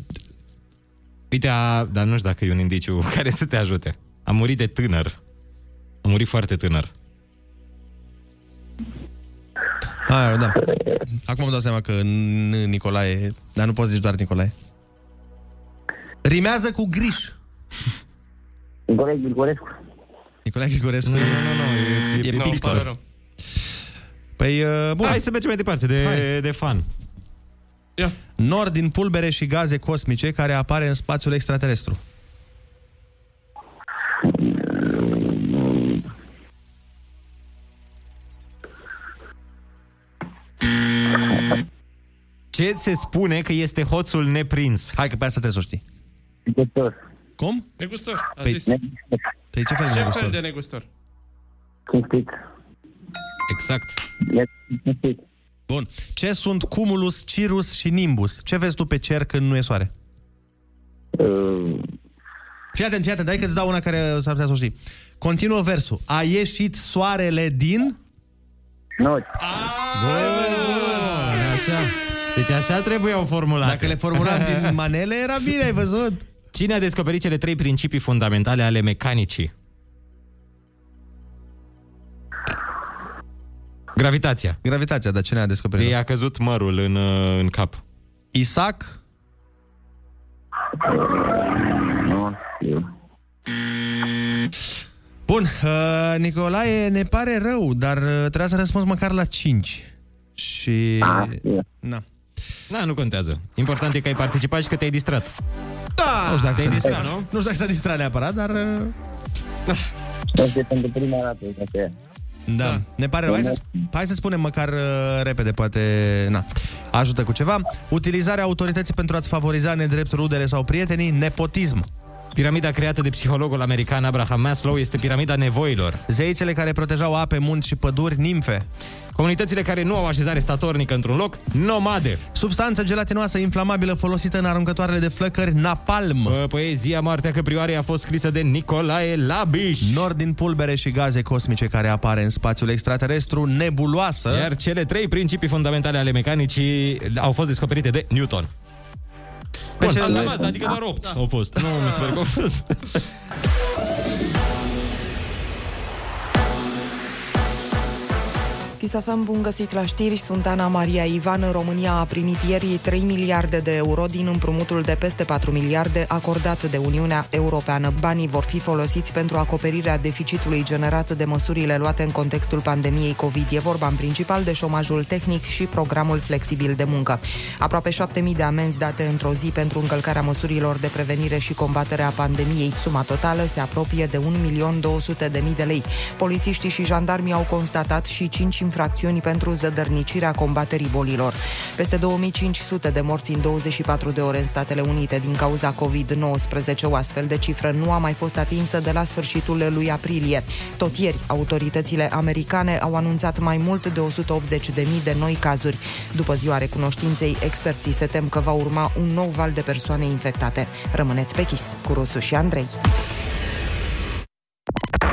Speaker 4: Uite, a, dar nu știu dacă e un indiciu care să te ajute. A murit de tânăr. A murit foarte tânăr.
Speaker 3: Aia, da. Acum îmi dau seama că N- Nicolae, dar nu poți zici doar Nicolae. Rimează cu griș.
Speaker 12: Nicolae Grigorescu.
Speaker 3: Nicolae Grigorescu nu, e, nu, nu, e, e
Speaker 4: nu, pare
Speaker 3: pictor.
Speaker 4: rău.
Speaker 3: Păi, uh, bun.
Speaker 4: Hai să mergem mai departe, de, de fan.
Speaker 3: Nor din pulbere și gaze cosmice care apare în spațiul extraterestru.
Speaker 4: Ce se spune că este hoțul neprins?
Speaker 3: Hai că pe asta trebuie să o știi.
Speaker 12: Negustor.
Speaker 3: Cum?
Speaker 5: Negustor, a
Speaker 3: Păi-
Speaker 5: zis.
Speaker 3: Păi ce fel de
Speaker 5: ce
Speaker 3: negustor?
Speaker 5: fel de negustor?
Speaker 12: Cinstit.
Speaker 4: Exact.
Speaker 3: Bun. Ce sunt cumulus, cirus și nimbus? Ce vezi tu pe cer când nu e soare? Fii atent, fii atent, hai că-ți dau una care s-ar putea să o știi. Continuă versul. A ieșit soarele din...
Speaker 12: Noci.
Speaker 4: Bun, așa. Deci așa trebuiau formulate.
Speaker 3: Dacă le formulam din manele, era bine, ai văzut?
Speaker 4: Cine a descoperit cele trei principii fundamentale ale mecanicii? Gravitația.
Speaker 3: Gravitația, dar cine a descoperit?
Speaker 4: I-a căzut mărul în, uh, în cap.
Speaker 3: Isaac? Bun, uh, Nicolae, ne pare rău, dar uh, trebuia să răspunzi măcar la 5. Și...
Speaker 12: Da.
Speaker 3: Na.
Speaker 4: Na, nu contează. Important e că ai participat și că te-ai distrat.
Speaker 3: Da! Nu știu dacă
Speaker 4: Te-ai
Speaker 3: s-a
Speaker 4: distrat,
Speaker 3: distrat.
Speaker 4: nu?
Speaker 3: Nu știu dacă s-a distrat neapărat, dar... uh,
Speaker 12: Este pentru prima dată, ca să e.
Speaker 3: Da, da. ne pare rău. Hai să, hai să spunem măcar uh, repede, poate na, ajută cu ceva. Utilizarea autorității pentru a-ți favoriza nedrept rudele sau prietenii, nepotism.
Speaker 4: Piramida creată de psihologul american Abraham Maslow este piramida nevoilor.
Speaker 3: Zeițele care protejau ape, munți și păduri, nimfe.
Speaker 4: Comunitățile care nu au așezare statornică într-un loc, nomade.
Speaker 3: Substanță gelatinoasă inflamabilă folosită în aruncătoarele de flăcări, napalm.
Speaker 4: Bă, păi, Poezia Moartea Căprioarei a fost scrisă de Nicolae Labiș.
Speaker 3: Nor din pulbere și gaze cosmice care apare în spațiul extraterestru, nebuloasă.
Speaker 4: Iar cele trei principii fundamentale ale mecanicii au fost descoperite de Newton.
Speaker 3: Pe
Speaker 4: Bun,
Speaker 3: ce-
Speaker 4: asta, am asta, adică doar 8 da. au fost. Nu mi sper că au fost.
Speaker 7: Chisafem, bun găsit la știri, sunt Ana Maria Ivan. România a primit ieri 3 miliarde de euro din împrumutul de peste 4 miliarde acordat de Uniunea Europeană. Banii vor fi folosiți pentru acoperirea deficitului generat de măsurile luate în contextul pandemiei COVID. E vorba în principal de șomajul tehnic și programul flexibil de muncă. Aproape 7.000 de amenzi date într-o zi pentru încălcarea măsurilor de prevenire și combatere a pandemiei. Suma totală se apropie de 1.200.000 de lei. Polițiștii și jandarmii au constatat și 5 infracțiuni pentru zădărnicirea combaterii bolilor. Peste 2500 de morți în 24 de ore în Statele Unite din cauza COVID-19. O astfel de cifră nu a mai fost atinsă de la sfârșitul lui aprilie. Tot ieri, autoritățile americane au anunțat mai mult de 180.000 de noi cazuri. După ziua recunoștinței, experții se tem că va urma un nou val de persoane infectate. Rămâneți pe chis cu Rusu și Andrei.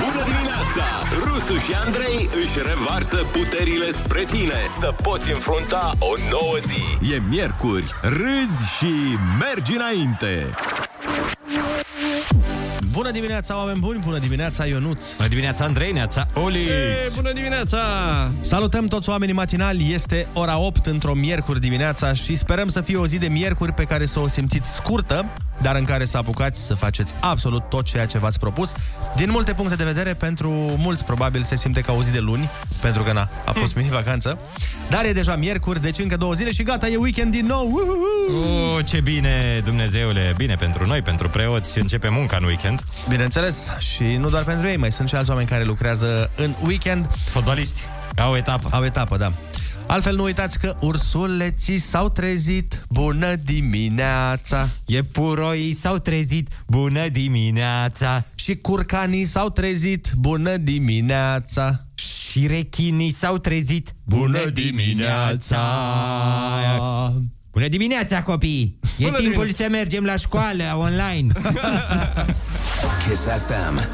Speaker 2: Bună dimineața! Rusu și Andrei își revarsă puterile spre tine să poți înfrunta o nouă zi. E miercuri, râzi și mergi înainte!
Speaker 3: Bună dimineața, oameni buni! Bună dimineața, Ionuț!
Speaker 4: Bună dimineața, Andrei, neața, Oli!
Speaker 5: Ei, bună dimineața!
Speaker 3: Salutăm toți oamenii matinali, este ora 8 într-o miercuri dimineața și sperăm să fie o zi de miercuri pe care să o simțiți scurtă, dar în care să apucați să faceți absolut tot ceea ce v-ați propus. Din multe puncte de vedere, pentru mulți probabil se simte ca o zi de luni, pentru că na, a fost mini-vacanță, dar e deja miercuri, deci încă două zile și gata, e weekend din nou! Uhuhu!
Speaker 4: O, ce bine, Dumnezeule, bine pentru noi, pentru preoți, începe munca în weekend.
Speaker 3: Bineînțeles, și nu doar pentru ei, mai sunt și alți oameni care lucrează în weekend.
Speaker 4: Fotbaliști. Au etapă.
Speaker 3: Au etapă, da. Altfel nu uitați că ursuleții s-au trezit. Bună dimineața!
Speaker 4: Iepuroii s-au trezit. Bună dimineața!
Speaker 3: Și curcanii s-au trezit. Bună dimineața!
Speaker 4: Și rechinii s-au trezit. Bună dimineața! Bună dimineața, copii! E
Speaker 13: Bună
Speaker 4: timpul
Speaker 13: dimineața!
Speaker 4: să mergem la școală online.
Speaker 2: Kiss FM.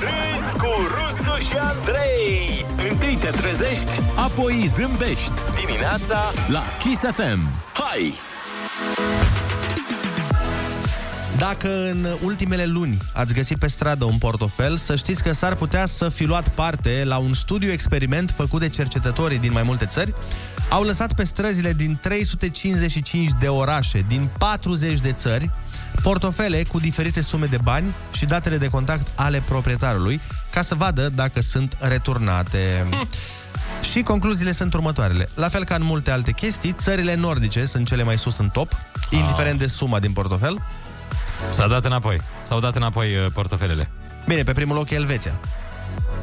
Speaker 2: Râzi cu Rusu și Andrei. Întâi te trezești, apoi zâmbești. Dimineața la Kiss FM. Hai!
Speaker 3: Dacă în ultimele luni ați găsit pe stradă un portofel, să știți că s-ar putea să fi luat parte la un studiu experiment făcut de cercetătorii din mai multe țări. Au lăsat pe străzile din 355 de orașe, din 40 de țări, portofele cu diferite sume de bani și datele de contact ale proprietarului, ca să vadă dacă sunt returnate. Și concluziile sunt următoarele. La fel ca în multe alte chestii, țările nordice sunt cele mai sus în top, indiferent de suma din portofel.
Speaker 4: S-a dat înapoi. S-au dat înapoi uh, portofelele.
Speaker 3: Bine, pe primul loc e Elveția.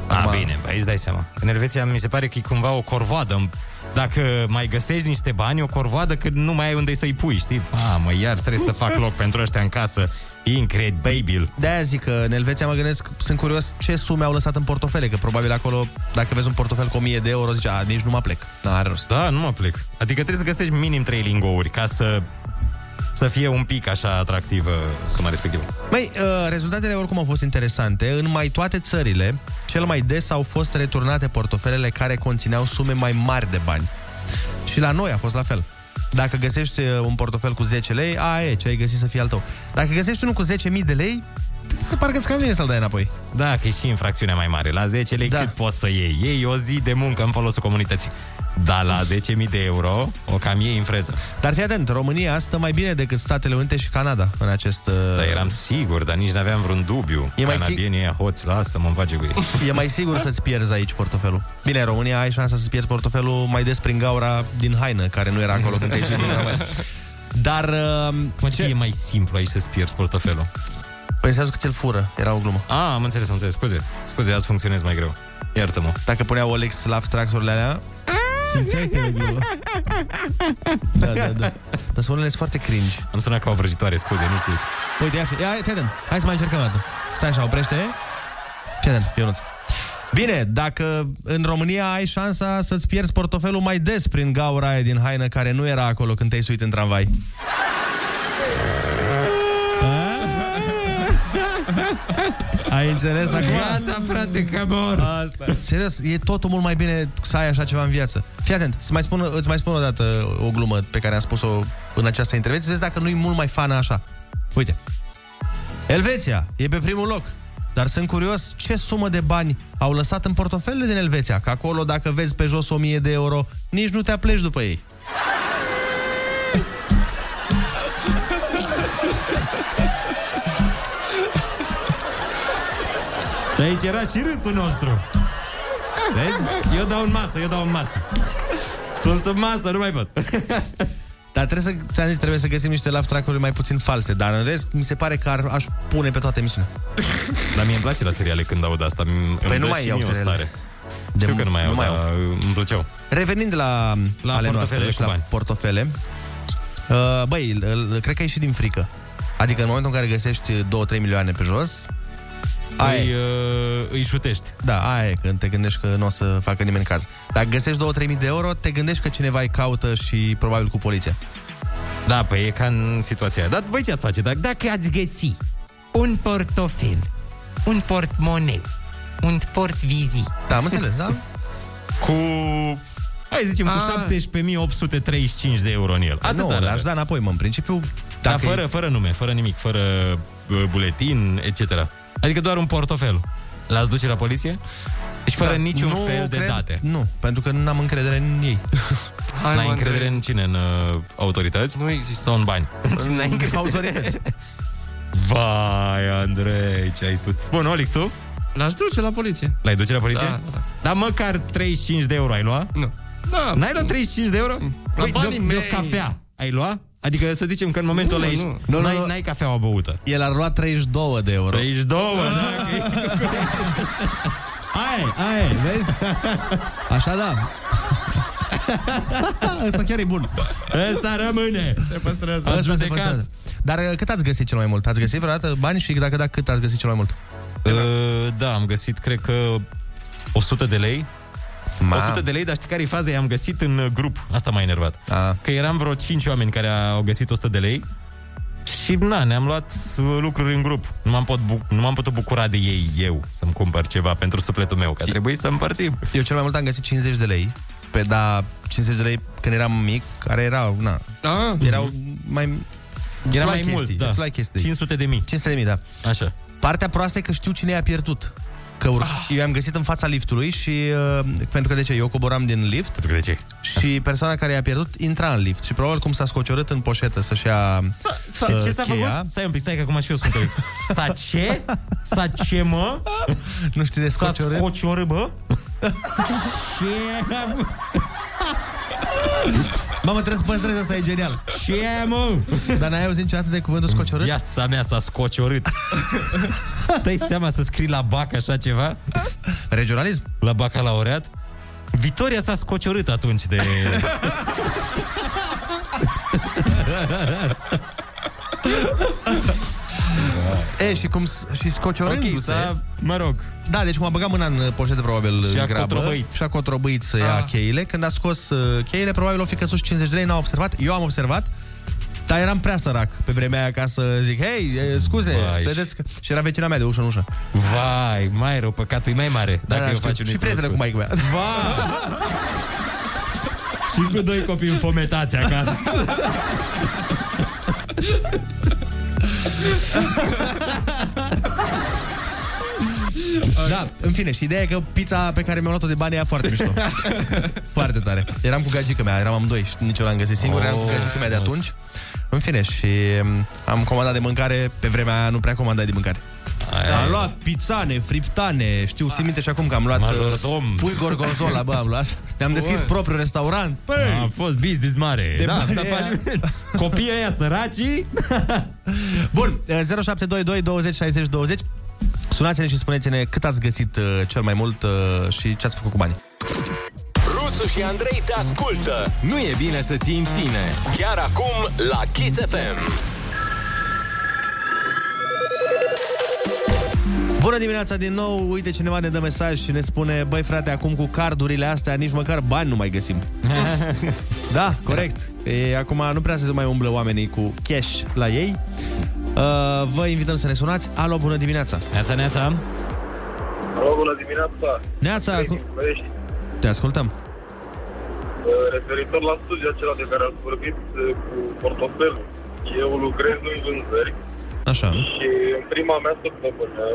Speaker 4: A, bine, bă, îți dai seama. În Elveția mi se pare că e cumva o corvoadă. Dacă mai găsești niște bani, o corvoadă, că nu mai ai unde să-i pui, știi? A, mă, iar trebuie să fac loc pentru ăștia în casă. Incredibil.
Speaker 3: De-aia zic că în Elveția mă gândesc, sunt curios ce sume au lăsat în portofele, că probabil acolo, dacă vezi un portofel cu 1000 de euro, zici, a, nici nu mă plec. Da, are rost.
Speaker 4: Da, nu mă plec. Adică trebuie să găsești minim trei lingouri ca să să fie un pic așa atractivă suma respectivă.
Speaker 3: Băi, uh, rezultatele oricum au fost interesante. În mai toate țările, cel mai des au fost returnate portofelele care conțineau sume mai mari de bani. Și la noi a fost la fel. Dacă găsești uh, un portofel cu 10 lei, a, e, ce ai găsit să fie al tău. Dacă găsești unul cu 10.000 de lei, parcă îți cam vine să-l dai înapoi.
Speaker 4: Da, că e și infracțiunea mai mare. La 10 lei da. cât poți să iei? Iei o zi de muncă în folosul comunității. Dar la 10.000 de euro o cam iei în freză.
Speaker 3: Dar fii atent, România stă mai bine decât Statele Unite și Canada în acest... uh,
Speaker 4: Dar eram sigur, dar nici n-aveam vreun dubiu.
Speaker 3: E
Speaker 4: E
Speaker 3: mai
Speaker 4: mai
Speaker 3: sig-
Speaker 4: Canadienii sig- hoți, lasă-mă în pace cu ei.
Speaker 3: E mai sigur să-ți pierzi aici portofelul. Bine, în România ai șansa să-ți pierzi portofelul mai des prin gaura din haină, care nu era acolo când te-ai suit din tramvai. Dar... uh,
Speaker 4: Mă, ce e mai simplu aici să-ți pierzi portofelul?
Speaker 3: Păi înseamnă că ți-l fură, era o glumă.
Speaker 4: A, am înțeles, am înțeles, scuze. Scuze, azi funcționez mai greu. Iartă-mă.
Speaker 3: Dacă puneau Olex la abstracturile alea... Simțeai că e glumă. Da, da, da. Dar sunt unele foarte cringe.
Speaker 4: Am sunat ca o vrăjitoare, scuze, nu știu.
Speaker 3: Uite, ia, Păi fi- ia, ia, fii atent. Hai să mai încercăm o dată. Stai așa, oprește. Fii atent, Ionuț. Bine, dacă în România ai șansa să-ți pierzi portofelul mai des prin gaura aia din haină care nu era acolo când te-ai suit în tramvai. A? Ai înțeles acum?
Speaker 4: Gata, frate, că mor.
Speaker 3: Asta. Serios, e totul mult mai bine să ai așa ceva în viață. Fii atent, să mai spun, îți mai spun o dată o glumă pe care am spus-o în această intervenție, să vezi dacă nu-i mult mai fană așa. Uite. Elveția e pe primul loc, dar sunt curios ce sumă de bani au lăsat în portofelele din Elveția, că acolo dacă vezi pe jos 1000 de euro, nici nu te apleci după ei.
Speaker 4: De aici era și râsul nostru. Vezi? Eu dau în masă, eu dau în masă. Sunt sub masă, nu mai pot.
Speaker 3: Dar trebuie să, ți-am zis, trebuie să găsim niște laugh track-uri mai puțin false, dar în rest mi se pare că ar, aș pune pe toate emisiunea.
Speaker 4: Dar mie îmi place la seriale când aud asta. Îmi
Speaker 3: Păi
Speaker 4: îmi
Speaker 3: nu
Speaker 4: dă
Speaker 3: mai
Speaker 4: și
Speaker 3: iau
Speaker 4: mie o
Speaker 3: seriale.
Speaker 4: stare. Știu că nu mai iau,
Speaker 3: nu mai
Speaker 4: dar uh, îmi plăceau.
Speaker 3: Revenind la,
Speaker 4: La
Speaker 3: ale
Speaker 4: portofele
Speaker 3: noastre
Speaker 4: cu
Speaker 3: și la
Speaker 4: bani.
Speaker 3: portofele, uh, băi, îl- îl- cred că e și din frică. Adică în momentul în care găsești 2-3 milioane pe jos, ai,
Speaker 4: Îi, uh, îi șutești.
Speaker 3: da, aia e, când te gândești că nu o să facă nimeni caz. Dacă găsești 2-3 mii de euro, te gândești că cineva îi caută și probabil cu poliția.
Speaker 4: Da, păi e ca în situația aia. Dar voi ce ați face? Dacă, dacă ați găsi un portofel, un portmoneu, un portvizi.
Speaker 3: Da, am înțeles, da?
Speaker 4: Cu... Hai să zicem,
Speaker 3: Ah.
Speaker 4: cu 17.835 de euro în el. Atât
Speaker 3: nu,
Speaker 4: are.
Speaker 3: le-aș da înapoi, mă, în principiu...
Speaker 4: Dar
Speaker 3: dacă e-
Speaker 4: fără, fără nume, fără nimic, fără uh, buletin, etc. Adică doar un portofel. L-ați duce la poliție? Și fără
Speaker 3: Da.
Speaker 4: niciun
Speaker 3: Nu
Speaker 4: fel de
Speaker 3: cred-
Speaker 4: date.
Speaker 3: Nu, pentru că nu am încredere în ei.
Speaker 4: Hai, N-ai încredere în cine? În uh, autorități? Nu există. Sau în bani? N-ai încredere.
Speaker 3: Autorități.
Speaker 4: Vai, Andrei, ce ai spus. Bun, Olix, tu?
Speaker 5: L-aș duce la poliție.
Speaker 4: L-ai duce la poliție?
Speaker 5: Da, da.
Speaker 4: Dar măcar 35 de euro ai luat?
Speaker 5: Nu. Da.
Speaker 4: N-ai luat 35 de euro?
Speaker 5: La
Speaker 4: Păi,
Speaker 5: banii
Speaker 4: de, de
Speaker 5: mei.
Speaker 4: o cafea ai luat? Adică să zicem că în momentul
Speaker 5: Nu,
Speaker 4: ăla ești...
Speaker 5: nu.
Speaker 4: Nu, n-ai, n-ai cafeaua băută.
Speaker 3: El ar lua 32 de euro.
Speaker 4: 32, da.
Speaker 3: Aia, aia, vezi? Așa da. Asta chiar e bun.
Speaker 4: Asta rămâne. Se păstrează.
Speaker 3: Asta se păstrează. Dar uh, cât ați găsit cel mai mult? Ați găsit vreodată bani și dacă da, cât ați găsit cel mai mult?
Speaker 4: Uh, da, am găsit, cred că 100 de lei.
Speaker 3: Ma.
Speaker 4: 100 de lei, dar știi care e faza? I-am găsit în uh, grup. Asta m-a enervat.
Speaker 3: A.
Speaker 4: Că eram vreo 5 oameni care au găsit 100 de lei și na, ne-am luat uh, lucruri în grup. Nu m-am, pot bu- nu m-am putut bucura de ei eu să-mi cumpăr ceva pentru sufletul meu, că a trebuit să împărțim.
Speaker 3: Eu cel mai mult am găsit 50 de lei. Pe da, 50 de lei când eram mic, care erau, na,
Speaker 5: Ah.
Speaker 3: erau mai...
Speaker 4: Era
Speaker 3: îți
Speaker 4: mai
Speaker 3: luai
Speaker 4: mult, da.
Speaker 3: îți luai chestii.
Speaker 4: 500 de mii.
Speaker 3: 500 de mii, da.
Speaker 4: Așa.
Speaker 3: Partea proastă e că știu cine i-a pierdut. Că ur- ah. eu am găsit în fața liftului și uh, pentru că de ce? Eu coboram din lift.
Speaker 4: Pentru că de ce?
Speaker 3: Și persoana care i-a pierdut intra în lift și probabil cum s-a scociorât în poșetă să-și ia
Speaker 4: Ce,
Speaker 3: uh,
Speaker 4: ce s-a
Speaker 3: cheia.
Speaker 4: făcut? Stai un pic, stai că acum și eu sunt curios. S-a ce? S-a ce, mă?
Speaker 3: Nu știi de
Speaker 4: S-a
Speaker 3: scociorât?
Speaker 4: scociorât, bă? Ce?
Speaker 3: Mamă, trebuie să păstrez, asta e genial.
Speaker 4: Ce, mă?
Speaker 3: Dar n-ai auzit niciodată de cuvântul scociorât?
Speaker 4: Viața mea s-a scociorât. Stai seama să scrii la BAC așa ceva?
Speaker 3: Regionalism?
Speaker 4: La bacalaureat? Vitoria s-a scociorât atunci de...
Speaker 3: E, și cum s- și scociorându-se...
Speaker 4: Ok, s-a- mă rog.
Speaker 3: Da, deci cum a băgat mâna în uh, poșetă probabil
Speaker 4: Și
Speaker 3: în
Speaker 4: a
Speaker 3: grabă,
Speaker 4: cotrobăit.
Speaker 3: Și a cotrobăit să ia
Speaker 4: Ah.
Speaker 3: cheile. Când a scos uh, cheile, probabil o fi căsus 50 de lei, n-a observat. Eu am observat. Dar eram prea sărac pe vremea aia ca să zic Hei, e, scuze,
Speaker 4: Vai, și-
Speaker 3: vedeți că... Și era vecina mea de ușă în ușă
Speaker 4: Vai, mai rău, păcatul e mai mare. Dacă eu
Speaker 3: Da, știu.
Speaker 4: faci unui
Speaker 3: Și prietenă cu
Speaker 4: cunoscut.
Speaker 3: maică mea
Speaker 4: Vai! Și cu doi copii înfometați acasă.
Speaker 3: Da, în fine, și ideea e că pizza pe care mi-am luat-o de bani era foarte mișto Foarte tare Eram cu gagica mea, eram amândoi și nici eu l-am găsit singur Eram cu
Speaker 4: Oh,
Speaker 3: gagica mea de atunci În fine, și um, am comandat de mâncare Pe vremea aia nu prea comandai de mâncare
Speaker 4: Aia
Speaker 3: Am
Speaker 4: e.
Speaker 3: luat pizzane, friptane Știu, țin minte și acum că am luat
Speaker 4: Majordom.
Speaker 3: uh, Pui gorgonzola, bă, am luat Ne-am deschis propriul restaurant Păi,
Speaker 4: A fost business mare.
Speaker 3: De
Speaker 4: da,
Speaker 3: mare
Speaker 4: da,
Speaker 3: aia.
Speaker 4: faliment. Copiii ăia săracii.
Speaker 3: Bun, eh, 0722 20 60 20 Sunați-ne și spuneți-ne cât ați găsit uh, cel mai mult uh, și ce ați făcut cu banii.
Speaker 2: Rusu și Andrei te ascultă. Nu e bine să ții în tine. Chiar acum la Kiss FM.
Speaker 3: Bună dimineața din nou, uite cineva ne dă mesaj și ne spune Băi frate, acum cu cardurile astea nici măcar bani nu mai găsim Da, corect e, Acum nu prea se mai umblă oamenii cu cash la ei uh, Vă invităm să ne sunați Alo, bună dimineața
Speaker 4: Neața, neața.
Speaker 14: Alo, bună dimineața!
Speaker 3: Neața, cu...
Speaker 14: Băiești,
Speaker 3: te ascultăm
Speaker 14: referitor la studiul acela de care ați vorbit eh, cu portofelul, eu lucrez în vânzări
Speaker 3: Așa
Speaker 14: și în prima mea săptămână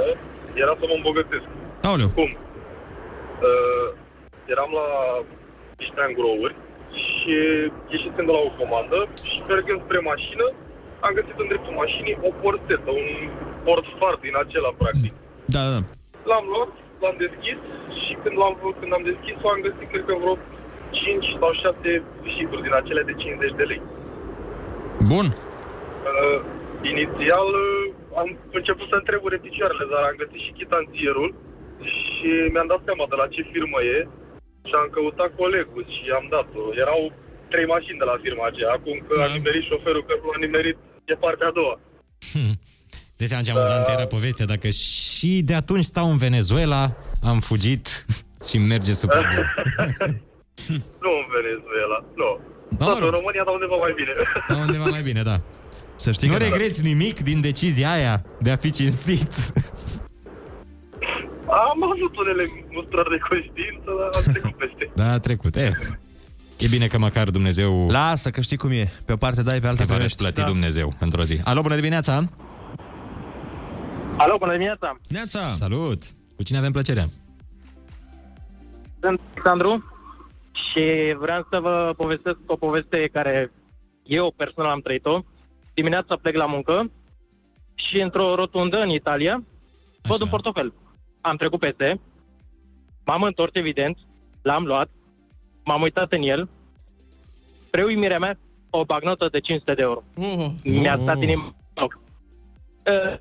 Speaker 14: era să mă îmbogățesc.
Speaker 3: Aoleu.
Speaker 14: Cum? Uh, eram la niște angrouri și ieșisem de la o comandă și mergând spre mașină, am găsit în dreptul mașinii o porțetă, un portfar din acela, practic.
Speaker 3: Da, da, da.
Speaker 14: L-am luat, l-am deschis și când, l-am, când am deschis-o am găsit cred că vreo 5 sau 7 fâșituri din acele de 50 de lei.
Speaker 3: Bun
Speaker 14: Uh, inițial uh, am început să-mi trebure picioarele, dar am găsit și chitanțierul și mi-am dat seama de la ce firmă e și am căutat colegul și am dat-o. Erau trei mașini de la firma aceea, acum că
Speaker 4: Da.
Speaker 14: a nimerit șoferul, că nu a nimerit, e partea a doua.
Speaker 4: De seama ce amuzantă era povestea, dacă și de atunci stau în Venezuela, am fugit și merge super bine.
Speaker 14: Nu în Venezuela, nu.
Speaker 4: Da, mă
Speaker 14: Dar
Speaker 4: rog.
Speaker 14: în România, dar undeva mai bine.
Speaker 4: Sau undeva mai bine, da.
Speaker 3: Să știi
Speaker 4: nu
Speaker 3: că da.
Speaker 4: regreți nimic din decizia aia de a fi cinstit.
Speaker 14: Am avut unele mustrări de conștiință, dar am trecut peste.
Speaker 4: Da, a trecut. E, e bine că măcar Dumnezeu
Speaker 3: Lasă că știi cum e Pe o parte dai, pe alta
Speaker 4: te va răsplăti
Speaker 3: primești
Speaker 4: da. Dumnezeu într-o zi. Alo, bună dimineața!
Speaker 15: Alo, bună dimineața!
Speaker 3: Neața!
Speaker 4: Salut! Cu cine avem plăcerea?
Speaker 15: Sunt Alexandru și vreau să vă povestesc o poveste care eu personal am trăit-o. Dimineața plec la muncă și într-o rotundă în Italia văd un portofel. Am trecut peste, m-am întors evident, l-am luat, m-am uitat în el. Spre uimirea mea, o bagnotă de 500 de euro.
Speaker 5: Oh.
Speaker 15: Mi-a stat inima. în loc. Uh,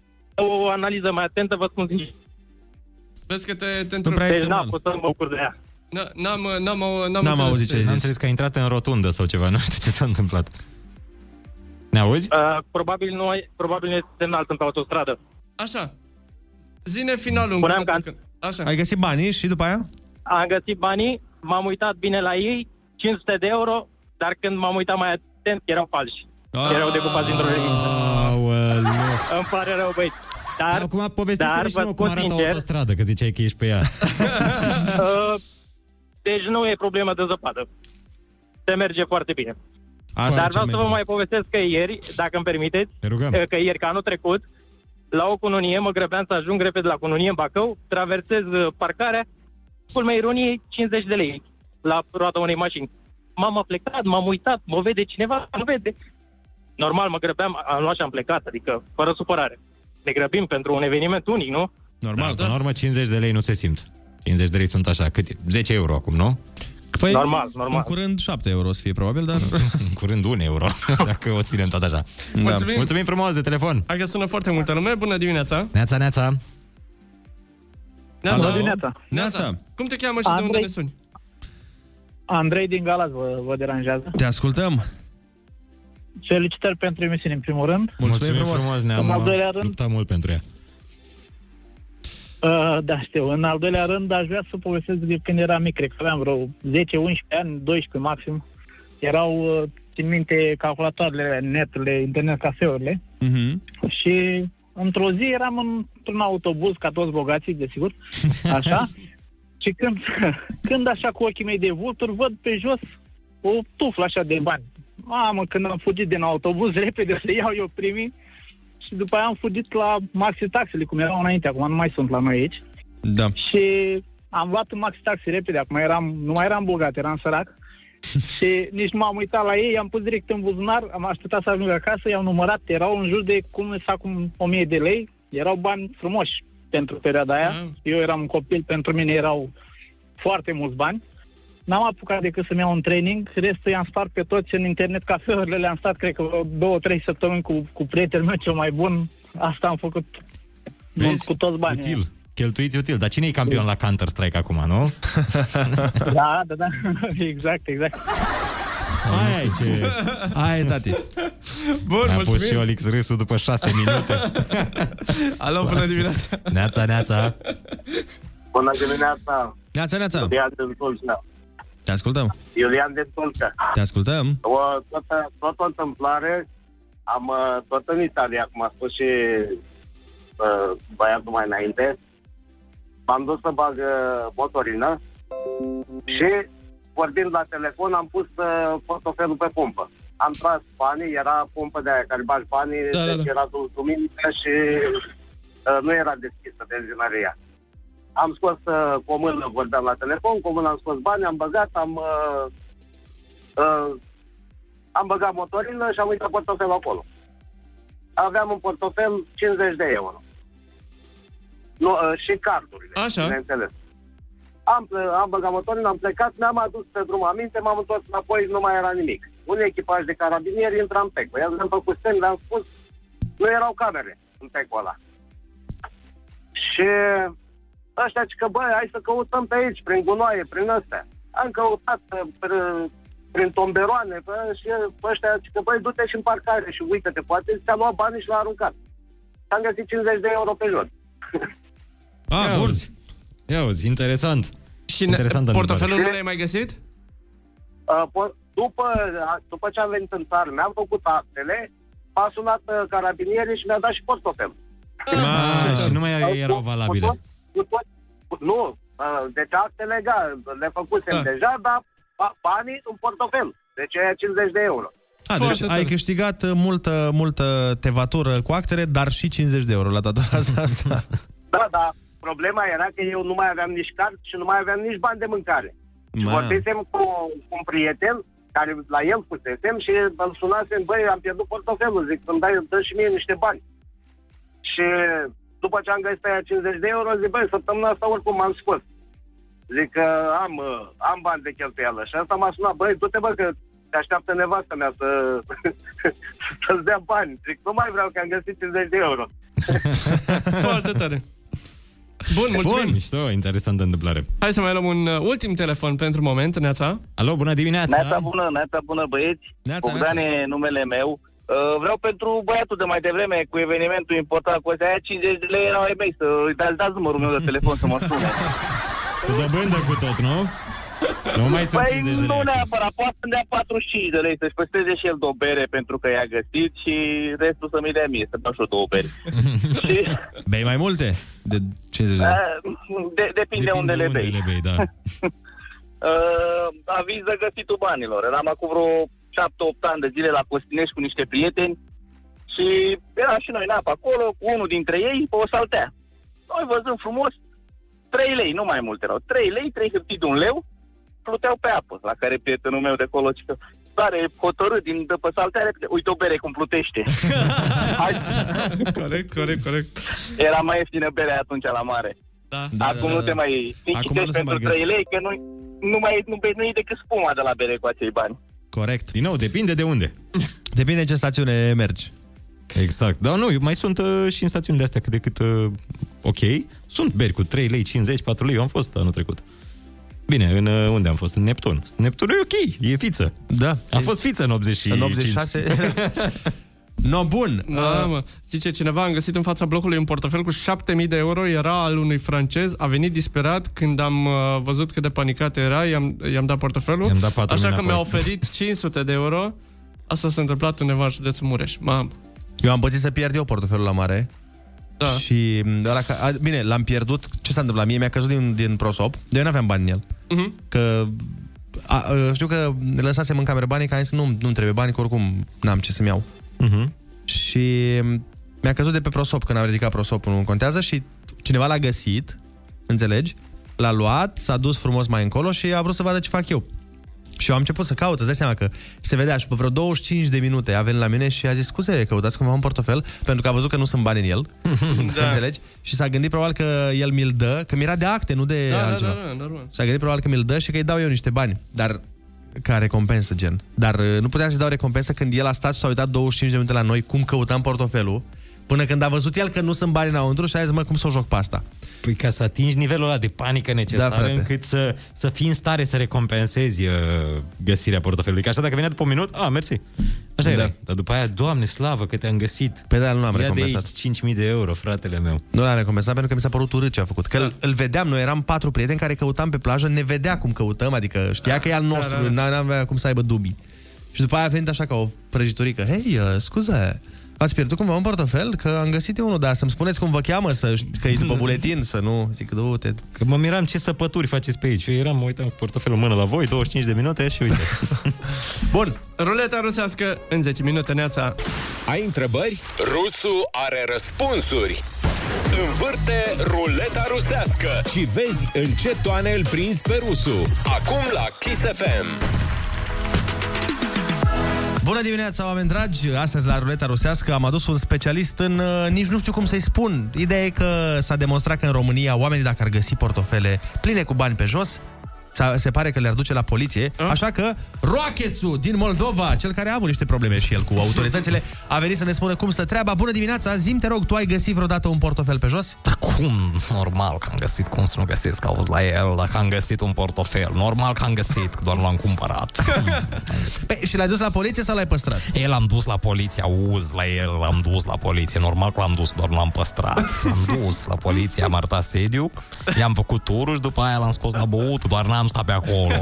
Speaker 15: O analiză mai atentă vă spun sincer.
Speaker 5: Vezi că te, te
Speaker 15: întrerup. Deci n-am putut să mă bucur de ea.
Speaker 5: N- N-am, n-am, n-am,
Speaker 4: N-am
Speaker 5: înțeles
Speaker 4: auzit ce ai zis. Am înțeles că a intrat în rotundă sau ceva, nu știu ce s-a întâmplat. Ne auzi?
Speaker 15: Uh, probabil nu ai, probabil nu este semnal, sunt pe autostradă.
Speaker 5: Așa. Zine finalul.
Speaker 15: Puneam că
Speaker 5: Așa.
Speaker 3: Ai găsit banii și după aia?
Speaker 15: am găsit banii, m-am uitat bine la ei, 500 de euro, dar când m-am uitat mai atent, erau falși. Erau decupați dintr-o revistă. Îmi pare rău, băi. Dar,
Speaker 4: Acum
Speaker 15: dar
Speaker 4: povestește-ne și
Speaker 15: vă
Speaker 4: nouă cum
Speaker 15: spun
Speaker 4: arată o
Speaker 15: sincer,
Speaker 4: autostradă, că ziceai că ești pe ea.
Speaker 15: uh, deci nu e problemă de zăpadă. Se merge foarte bine.
Speaker 4: Asta
Speaker 15: Dar
Speaker 4: ce
Speaker 15: vreau să vă
Speaker 4: merge.
Speaker 15: mai povestesc că ieri, dacă îmi permiteți, uh,
Speaker 4: Te rugăm.
Speaker 15: că ieri, că anul trecut, la o cununie, mă grăbeam să ajung repede la cununie în Bacău, traversez uh, parcarea, culmea ironiei, 50 de lei la roata unei mașini. M-am aplecat, m-am uitat, mă vede cineva, nu vede. Normal, mă grăbeam, am luat și am plecat, adică fără supărare. Ne grăbim pentru un eveniment unic, nu?
Speaker 4: Normal, da, în urmă 50 de lei nu se simt. 50 de lei sunt așa, cât e? 10 euro acum, nu?
Speaker 3: Păi, În curând 7 euro o să fie probabil, dar...
Speaker 4: în curând 1 euro, dacă o ținem tot așa. Da.
Speaker 5: Mulțumim.
Speaker 4: Mulțumim frumos de telefon.
Speaker 5: Hai că sună foarte multă lume. Bună dimineața!
Speaker 4: Neața, neața.
Speaker 5: Neața.
Speaker 4: Bună dimineața.
Speaker 5: Neața! Cum te cheamă și de unde
Speaker 13: Andrei.
Speaker 5: ne suni?
Speaker 13: Andrei din Galați vă, vă deranjează.
Speaker 3: Te ascultăm.
Speaker 13: Felicitări pentru emisiune, în primul rând.
Speaker 4: Mulțumim frumos, frumos
Speaker 13: În al
Speaker 4: ne-am
Speaker 13: doilea
Speaker 4: uh,
Speaker 13: rând,
Speaker 4: luptat mult pentru ea.
Speaker 13: Uh, da, știu. În al doilea rând, aș vrea să povestesc de când eram mic, cred că aveam vreo 10, 11 ani, 12 maxim. Erau, uh, țin minte, calculatoarele, neturile, internet caseurile. Și într-o zi eram într-un autobuz, ca toți bogații, desigur, așa. și când, când așa cu ochii mei de vulturi, văd pe jos o tuflă așa de bani. Mamă, când am fugit din autobuz, repede să iau eu primii și după aia am fugit la maxi taxele, cum erau înainte, acum nu mai sunt la noi aici.
Speaker 3: Da.
Speaker 13: Și am luat în maxi taxi repede, acum eram, nu mai eram bogat, eram sărac. și nici nu m-am uitat la ei, i-am pus direct în buzunar, am așteptat să ajung acasă, i-am numărat, erau în jur de cum sunt acum 1000 de lei, erau bani frumoși pentru perioada aia. Eu eram un copil, pentru mine erau foarte mulți bani. N-am apucat decât să-mi iau un training, restul i-am spart pe toți în internet cafeurile, le-am stat, cred că, vreo două, trei săptămâni cu, cu prietenul meu cel mai bun. Asta am făcut
Speaker 4: Vezi?
Speaker 13: cu toți banii.
Speaker 4: Util. Cheltuiți util. Dar cine e campion la Counter-Strike acum, nu?
Speaker 13: Da, da, da, exact, exact.
Speaker 4: Aia e ce...
Speaker 3: Aia e, tati.
Speaker 5: Bun,
Speaker 4: Mi-a pus
Speaker 5: mulțumim.
Speaker 4: și Olix râsul după 6 minute.
Speaker 5: Alo, bună dimineața!
Speaker 4: Neața, neața.
Speaker 16: Bună dimineața!
Speaker 3: Neața, neața.
Speaker 16: Iulian din Tulcea.
Speaker 3: Te ascultăm.
Speaker 16: Iulian din Tulcea.
Speaker 3: Te ascultăm.
Speaker 16: O, tot, tot o întâmplare, am uh, tot în Italia, cum a spus și uh, băiatul mai înainte, m-am dus să bag uh, motorină și vorbind la telefon am pus uh, portofelul pe pompă. Am tras banii, era pompă de aia care bagi banii, da, deci era du- duminică și uh, nu era deschisă benzinăria. Am scos uh, cu o mână, vorbeam la telefon, cu o mână am scos bani, am băgat, am uh, uh, am băgat motorină și am uitat portofelul acolo. Aveam în portofel 50 de euro. Nu, uh, și cardurile,
Speaker 5: Așa.
Speaker 16: bineînțeles. Am, ple- am băgat motorină, am plecat, mi-am adus pe drum aminte, m-am întors înapoi, nu mai era nimic. Un echipaj de carabinieri intra în peco. I-am am făcut semn, le-am spus, nu erau camere în pecul ăla. Și ăștia zic că, băi, hai să căutăm pe aici, prin gunoaie, prin astea. Am căutat uh, prin, prin tomberoane bă, și ăștia zic că, băi, du-te și în parcare și uite-te, poate ți-a luat banii și l-a aruncat. Și am găsit 50 de euro pe jos.
Speaker 3: Ah,
Speaker 4: A, bun. Ia auzi, interesant.
Speaker 5: Și
Speaker 4: interesant,
Speaker 5: Portofelul nu l-ai mai găsit?
Speaker 16: Uh, po- după, a- după ce am venit în țară, mi-am făcut actele, m-a sunat uh, carabinierii și mi-a dat și portofelul.
Speaker 5: Ah,
Speaker 4: A, Ah, și nu mai erau valabile.
Speaker 16: Cu tot, cu- nu, uh, deci actele,
Speaker 5: Ah.
Speaker 16: da, le făcusem deja, dar ba- banii în portofel. Deci aia 50 de euro.
Speaker 4: Ah,
Speaker 3: A,
Speaker 5: Foarte
Speaker 3: deci ai
Speaker 5: tare.
Speaker 3: câștigat uh, multă, multă tevatură cu actele, dar și 50 de euro la data asta.
Speaker 16: Da, da. Problema era că eu nu mai aveam nici card și nu mai aveam nici bani de mâncare. Și
Speaker 3: Ma.
Speaker 16: vorbisem cu, cu un prieten care la el fusesem și îl sunasem, băi, am pierdut portofelul, zic, îmi dai, dă și mie niște bani. Și după ce am găsit aia 50 de euro, zic, băi, săptămâna asta oricum m-am scos. Zic că am, uh, am bani de cheltuială. Și asta m-a sunat, băi, du-te bă, că te așteaptă nevasta mea să, să-ți dea bani. Zic, nu mai vreau că am găsit 50 de euro.
Speaker 5: Foarte tare. Bun, mulțumim.
Speaker 4: Bun, mișto, interesantă întâmplare.
Speaker 5: Hai să mai luăm un uh, ultim telefon pentru moment, Neața.
Speaker 4: Alo, bună dimineața.
Speaker 5: Neața,
Speaker 12: bună, neața bună, băieți.
Speaker 5: Neața,
Speaker 12: Bogdan e numele meu. Uh, Vreau pentru băiatul de mai devreme cu evenimentul important cu ăsta, aia 50 de lei erau ai mei, să îi dați, dați numărul meu de telefon să mă sună.
Speaker 4: Cu Dobândă cu tot, nu? Nu mai sunt
Speaker 12: Băi,
Speaker 4: 50 de
Speaker 12: Păi nu
Speaker 4: lei.
Speaker 12: neapărat, poate să-mi dea 45 de lei, să-și păstreze și el două bere pentru că i-a găsit și restul să mi dea mie, să beau și eu două bere. și,
Speaker 3: Bei mai multe de 50 de
Speaker 12: uh,
Speaker 3: euro.
Speaker 12: de, depinde, unde, le bei.
Speaker 4: bei, da.
Speaker 12: Uh, aviz de găsitul banilor. Eram acum vreo 7-8 ani de zile la Costinești cu niște prieteni și eram și noi în apă acolo, cu unul dintre ei pe o saltea. Noi văzând frumos, 3 lei, nu mai mult erau, 3 lei, 3 hârtii de un leu, pluteau pe apă, la care prietenul meu de acolo zice, doare hotărât din de pe saltea repede, uite o bere cum plutește. Hai.
Speaker 5: corect, corect, corect.
Speaker 12: Era mai ieftină berea atunci la mare.
Speaker 5: Da.
Speaker 12: Acum
Speaker 5: Da.
Speaker 12: nu te mai
Speaker 3: Acum nu
Speaker 12: incidești
Speaker 3: se mai
Speaker 12: pentru
Speaker 3: găsesc.
Speaker 12: 3 lei, că nu, nu mai nu, nu e decât spuma de la bere cu acei bani.
Speaker 3: Corect.
Speaker 4: Din nou, depinde de unde.
Speaker 3: Depinde în ce stațiune mergi.
Speaker 4: Exact. Dar nu, mai sunt uh, și în stațiunile astea cât de cât uh, ok. Sunt beri cu 3 lei, 50, 4 lei. Eu am fost anul trecut. Bine, în uh, unde am fost? În Neptun. Neptun e ok, e fiță.
Speaker 3: Da.
Speaker 4: A fost fiță în 85.
Speaker 5: În 86.
Speaker 3: No, bun. Uh,
Speaker 5: Da, mă. Zice cineva, am găsit în fața blocului un portofel cu 7000 de euro, era al unui francez, a venit disperat când am uh, văzut cât de panicat era, i-am, i-am dat portofelul,
Speaker 4: I-am dat 4.000
Speaker 5: așa că
Speaker 4: înapoi.
Speaker 5: mi-a oferit 500 de euro. Asta s-a întâmplat undeva în județul Mureș. Mam.
Speaker 3: Eu am pățit să pierd eu portofelul la mare.
Speaker 5: Da.
Speaker 3: Și m, ăla, ca- a, bine, l-am pierdut. Ce s-a întâmplat? Mie mi-a căzut din, din prosop. Eu nu aveam bani în el.
Speaker 5: Mhm.
Speaker 3: Că a, a, știu că lăsasem în cameră banii, că am zis nu, nu trebuie bani, că oricum n-am ce să-mi iau.
Speaker 4: Uh-huh.
Speaker 3: Și mi-a căzut de pe prosop când am ridicat prosopul, nu contează și cineva l-a găsit, înțelegi? L-a luat, s-a dus frumos mai încolo și a vrut să vadă ce fac eu. Și eu am început să caut, îți dai seama că se vedea și pe vreo 25 de minute a venit la mine și a zis, scuze, căutați cumva un portofel, pentru că a văzut că nu sunt bani în el, da.
Speaker 5: Da.
Speaker 3: înțelegi? Și s-a gândit probabil că el mi-l dă, că mi-era de acte, nu de
Speaker 5: Da, da, da,
Speaker 3: altceva.
Speaker 5: da, normal.
Speaker 3: S-a gândit probabil că mi-l dă și că îi dau eu niște bani, dar ca recompensă, gen. Dar uh, nu puteam să-i dau recompensă când el a stat și s-a uitat 25 de minute la noi cum căutam portofelul, până când a văzut el că nu sunt bani înăuntru și a zis, mă, cum să o joc pe asta?
Speaker 4: Păi ca să atingi nivelul ăla de panică
Speaker 3: Da,
Speaker 4: necesară da,
Speaker 3: frate.
Speaker 4: încât să, să fii în stare să recompensezi uh, găsirea portofelului. Că așa dacă venea după un minut, a, mersi. Așa da.
Speaker 3: Da.
Speaker 4: era. Dar după aia, doamne slavă că te-am găsit.
Speaker 3: Pe da, nu l-am
Speaker 4: Ia
Speaker 3: recompensat.
Speaker 4: de aici 5.000 de euro, fratele meu.
Speaker 3: Nu l-am recompensat pentru că mi s-a părut urât ce a făcut. Că da. îl vedeam, noi eram patru prieteni care căutam pe plajă, ne vedea cum căutăm, adică știa că e al nostru,
Speaker 5: da,
Speaker 3: da, da. n-avea cum să aibă dubii. Și după aia a venit așa ca o prăjiturică. Hei, uh, scuze, ați pierdut cumva un portofel? Că am găsit eu unul, dar să-mi spuneți cum vă cheamă, să ști- că ești după buletin, să nu... Zic, du-te...
Speaker 4: Că mă miram ce săpături faceți pe aici. Eu eram, mă uitam cu portofelul în mână la voi, 25 de minute și uite.
Speaker 3: Bun.
Speaker 5: Ruleta rusească în 10 minute, Neața.
Speaker 2: Ai întrebări? Rusu are răspunsuri. Învârte ruleta rusească și vezi în ce toane îl prins pe rusu. Acum la Kiss FM.
Speaker 3: Bună dimineața, oameni dragi! Astăzi la Ruleta Rusească am adus un specialist în... uh, nici nu știu cum să-i spun. Ideea e că s-a demonstrat că în România oamenii dacă ar găsi portofele pline cu bani pe jos, s-a- se pare că le-ar duce la poliție. A? Așa că Roachețu din Moldova, cel care a avut niște probleme și el cu autoritățile, a venit să ne spună cum stă treaba. Bună dimineața! Zim, te rog, tu ai găsit vreodată un portofel pe jos?
Speaker 17: Da cum? Normal că am găsit, cum să nu găsesc, auzi la el, dacă am găsit un portofel. Normal că am găsit, doar l-am cumpărat.
Speaker 3: Pe, și l-ai dus la poliție sau l-ai păstrat?
Speaker 17: El am dus la poliție, auzi la el, l-am dus la poliție. Normal că l-am dus, doar l-am păstrat. L-am dus la poliție, am arătat sediu, i-am făcut turul și după aia l-am scos la băut, doar n-am stat pe acolo.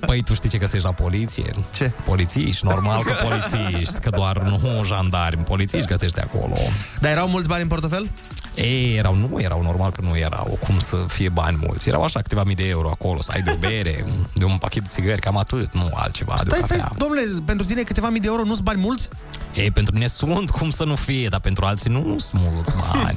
Speaker 17: Păi tu știi ce găsești la poliție?
Speaker 3: Ce?
Speaker 17: Polițiști, normal că polițiști, că doar nu jandarmi, polițiști găsești de acolo.
Speaker 3: Dar erau mulți bani în portofel?
Speaker 17: Ei, erau, nu erau normal că nu erau, cum să fie bani mulți. Erau așa câteva mii de euro acolo, să ai de o bere, de un pachet de țigări, cam atât, nu altceva. de o
Speaker 3: Stai, stai,
Speaker 17: cafea.
Speaker 3: domnule, pentru tine câteva mii de euro nu-s bani mulți?
Speaker 17: Ei, pentru mine sunt, cum să nu fie, dar pentru alții nu sunt mulți bani.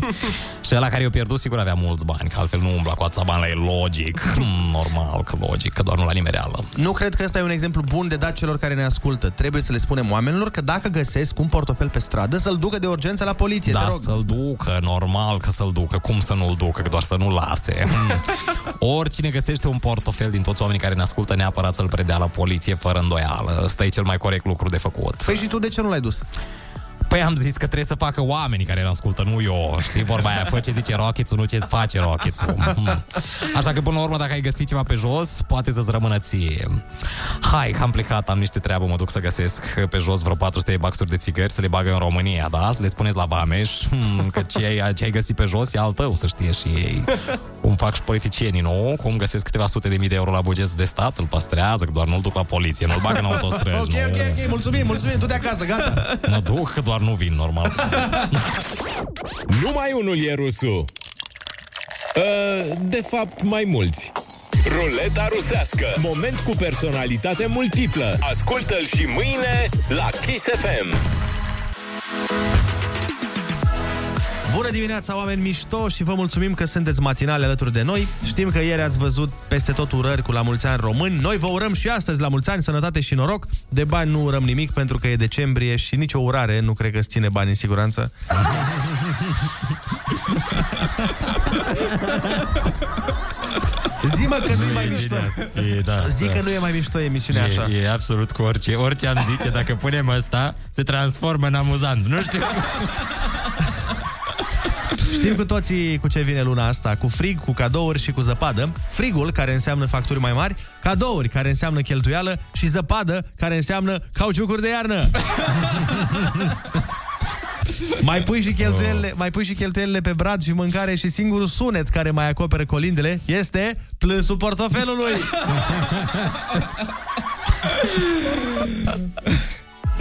Speaker 17: și ăla care i-a pierdut, sigur avea mulți bani, că altfel nu umbla cu ața bani la el, logic. Hmm, Normal că logic, că doar nu la nimereală.
Speaker 3: Nu cred că ăsta e un exemplu bun de dat celor care ne ascultă. Trebuie să le spunem oamenilor că dacă găsesc un portofel pe stradă, să-l ducă de urgență la poliție,
Speaker 17: da,
Speaker 3: te rog.
Speaker 17: să-l ducă, normal că să-l ducă. Cum să nu-l ducă, că doar să nu lase. Hmm. Oricine găsește un portofel din toți oamenii care ne ascultă, neapărat să-l predea la poliție fără îndoială. Ăsta e cel mai corect lucru de făcut.
Speaker 3: Păi și tu de ce nu l-ai dus?
Speaker 17: Păi am zis că trebuie să facă oamenii care ne ascultă, nu eu. Știi vorba aia, fă ce zice rochițul, nu ce face rochițul. Hmm. Așa că până la urmă, dacă ai găsit ceva pe jos, poate să-ți rămână ție. Hai, că am plecat, am niște treabă, mă duc să găsesc pe jos vreo 400 de baxuri de țigări, să le bagă în România, da? Să le spuneți la Vameș hmm, că ce ai, ce ai găsit pe jos e al tău, să știe și ei. Cum fac și politicienii, nu? Cum găsesc câteva sute de mii de euro la bugetul de stat, îl păstrează, că doar nu-l duc la poliție, nu-l bag în autostrăzi,
Speaker 3: ok,
Speaker 17: nu?
Speaker 3: ok, ok, mulțumim, mulțumim, tu de acasă, gata.
Speaker 17: Mă duc, că doar nu vin, normal.
Speaker 2: Numai unul e rusul. Uh, De fapt, mai mulți. Ruleta rusească. Moment cu personalitate multiplă. Ascultă-l și mâine la Kiss FM.
Speaker 3: Bună dimineața, oameni mișto și vă mulțumim că sunteți matinale alături de noi. Știm că ieri ați văzut peste tot urări cu la mulți ani români. Noi vă urăm și astăzi la mulți ani, sănătate și noroc. De bani nu urăm nimic pentru că e decembrie și nicio urare nu cred că ține bani în siguranță. Zi-mă că nu e mai mișto.
Speaker 4: E, da,
Speaker 3: Zic
Speaker 4: da.
Speaker 3: că nu e mai mișto emisiunea
Speaker 4: e,
Speaker 3: așa.
Speaker 4: E absolut cu orice. Orice am zice, dacă punem asta, se transformă în amuzant. Nu știu.
Speaker 3: Știm cu toții cu ce vine luna asta, cu frig, cu cadouri și cu zăpadă. Frigul, care înseamnă facturi mai mari, cadouri, care înseamnă cheltuială și zăpadă, care înseamnă cauciucuri de iarnă. Mai pui, și cheltuielile, mai pui și cheltuielile pe brad și mâncare și singurul sunet care mai acoperă colindele este plânsul portofelului.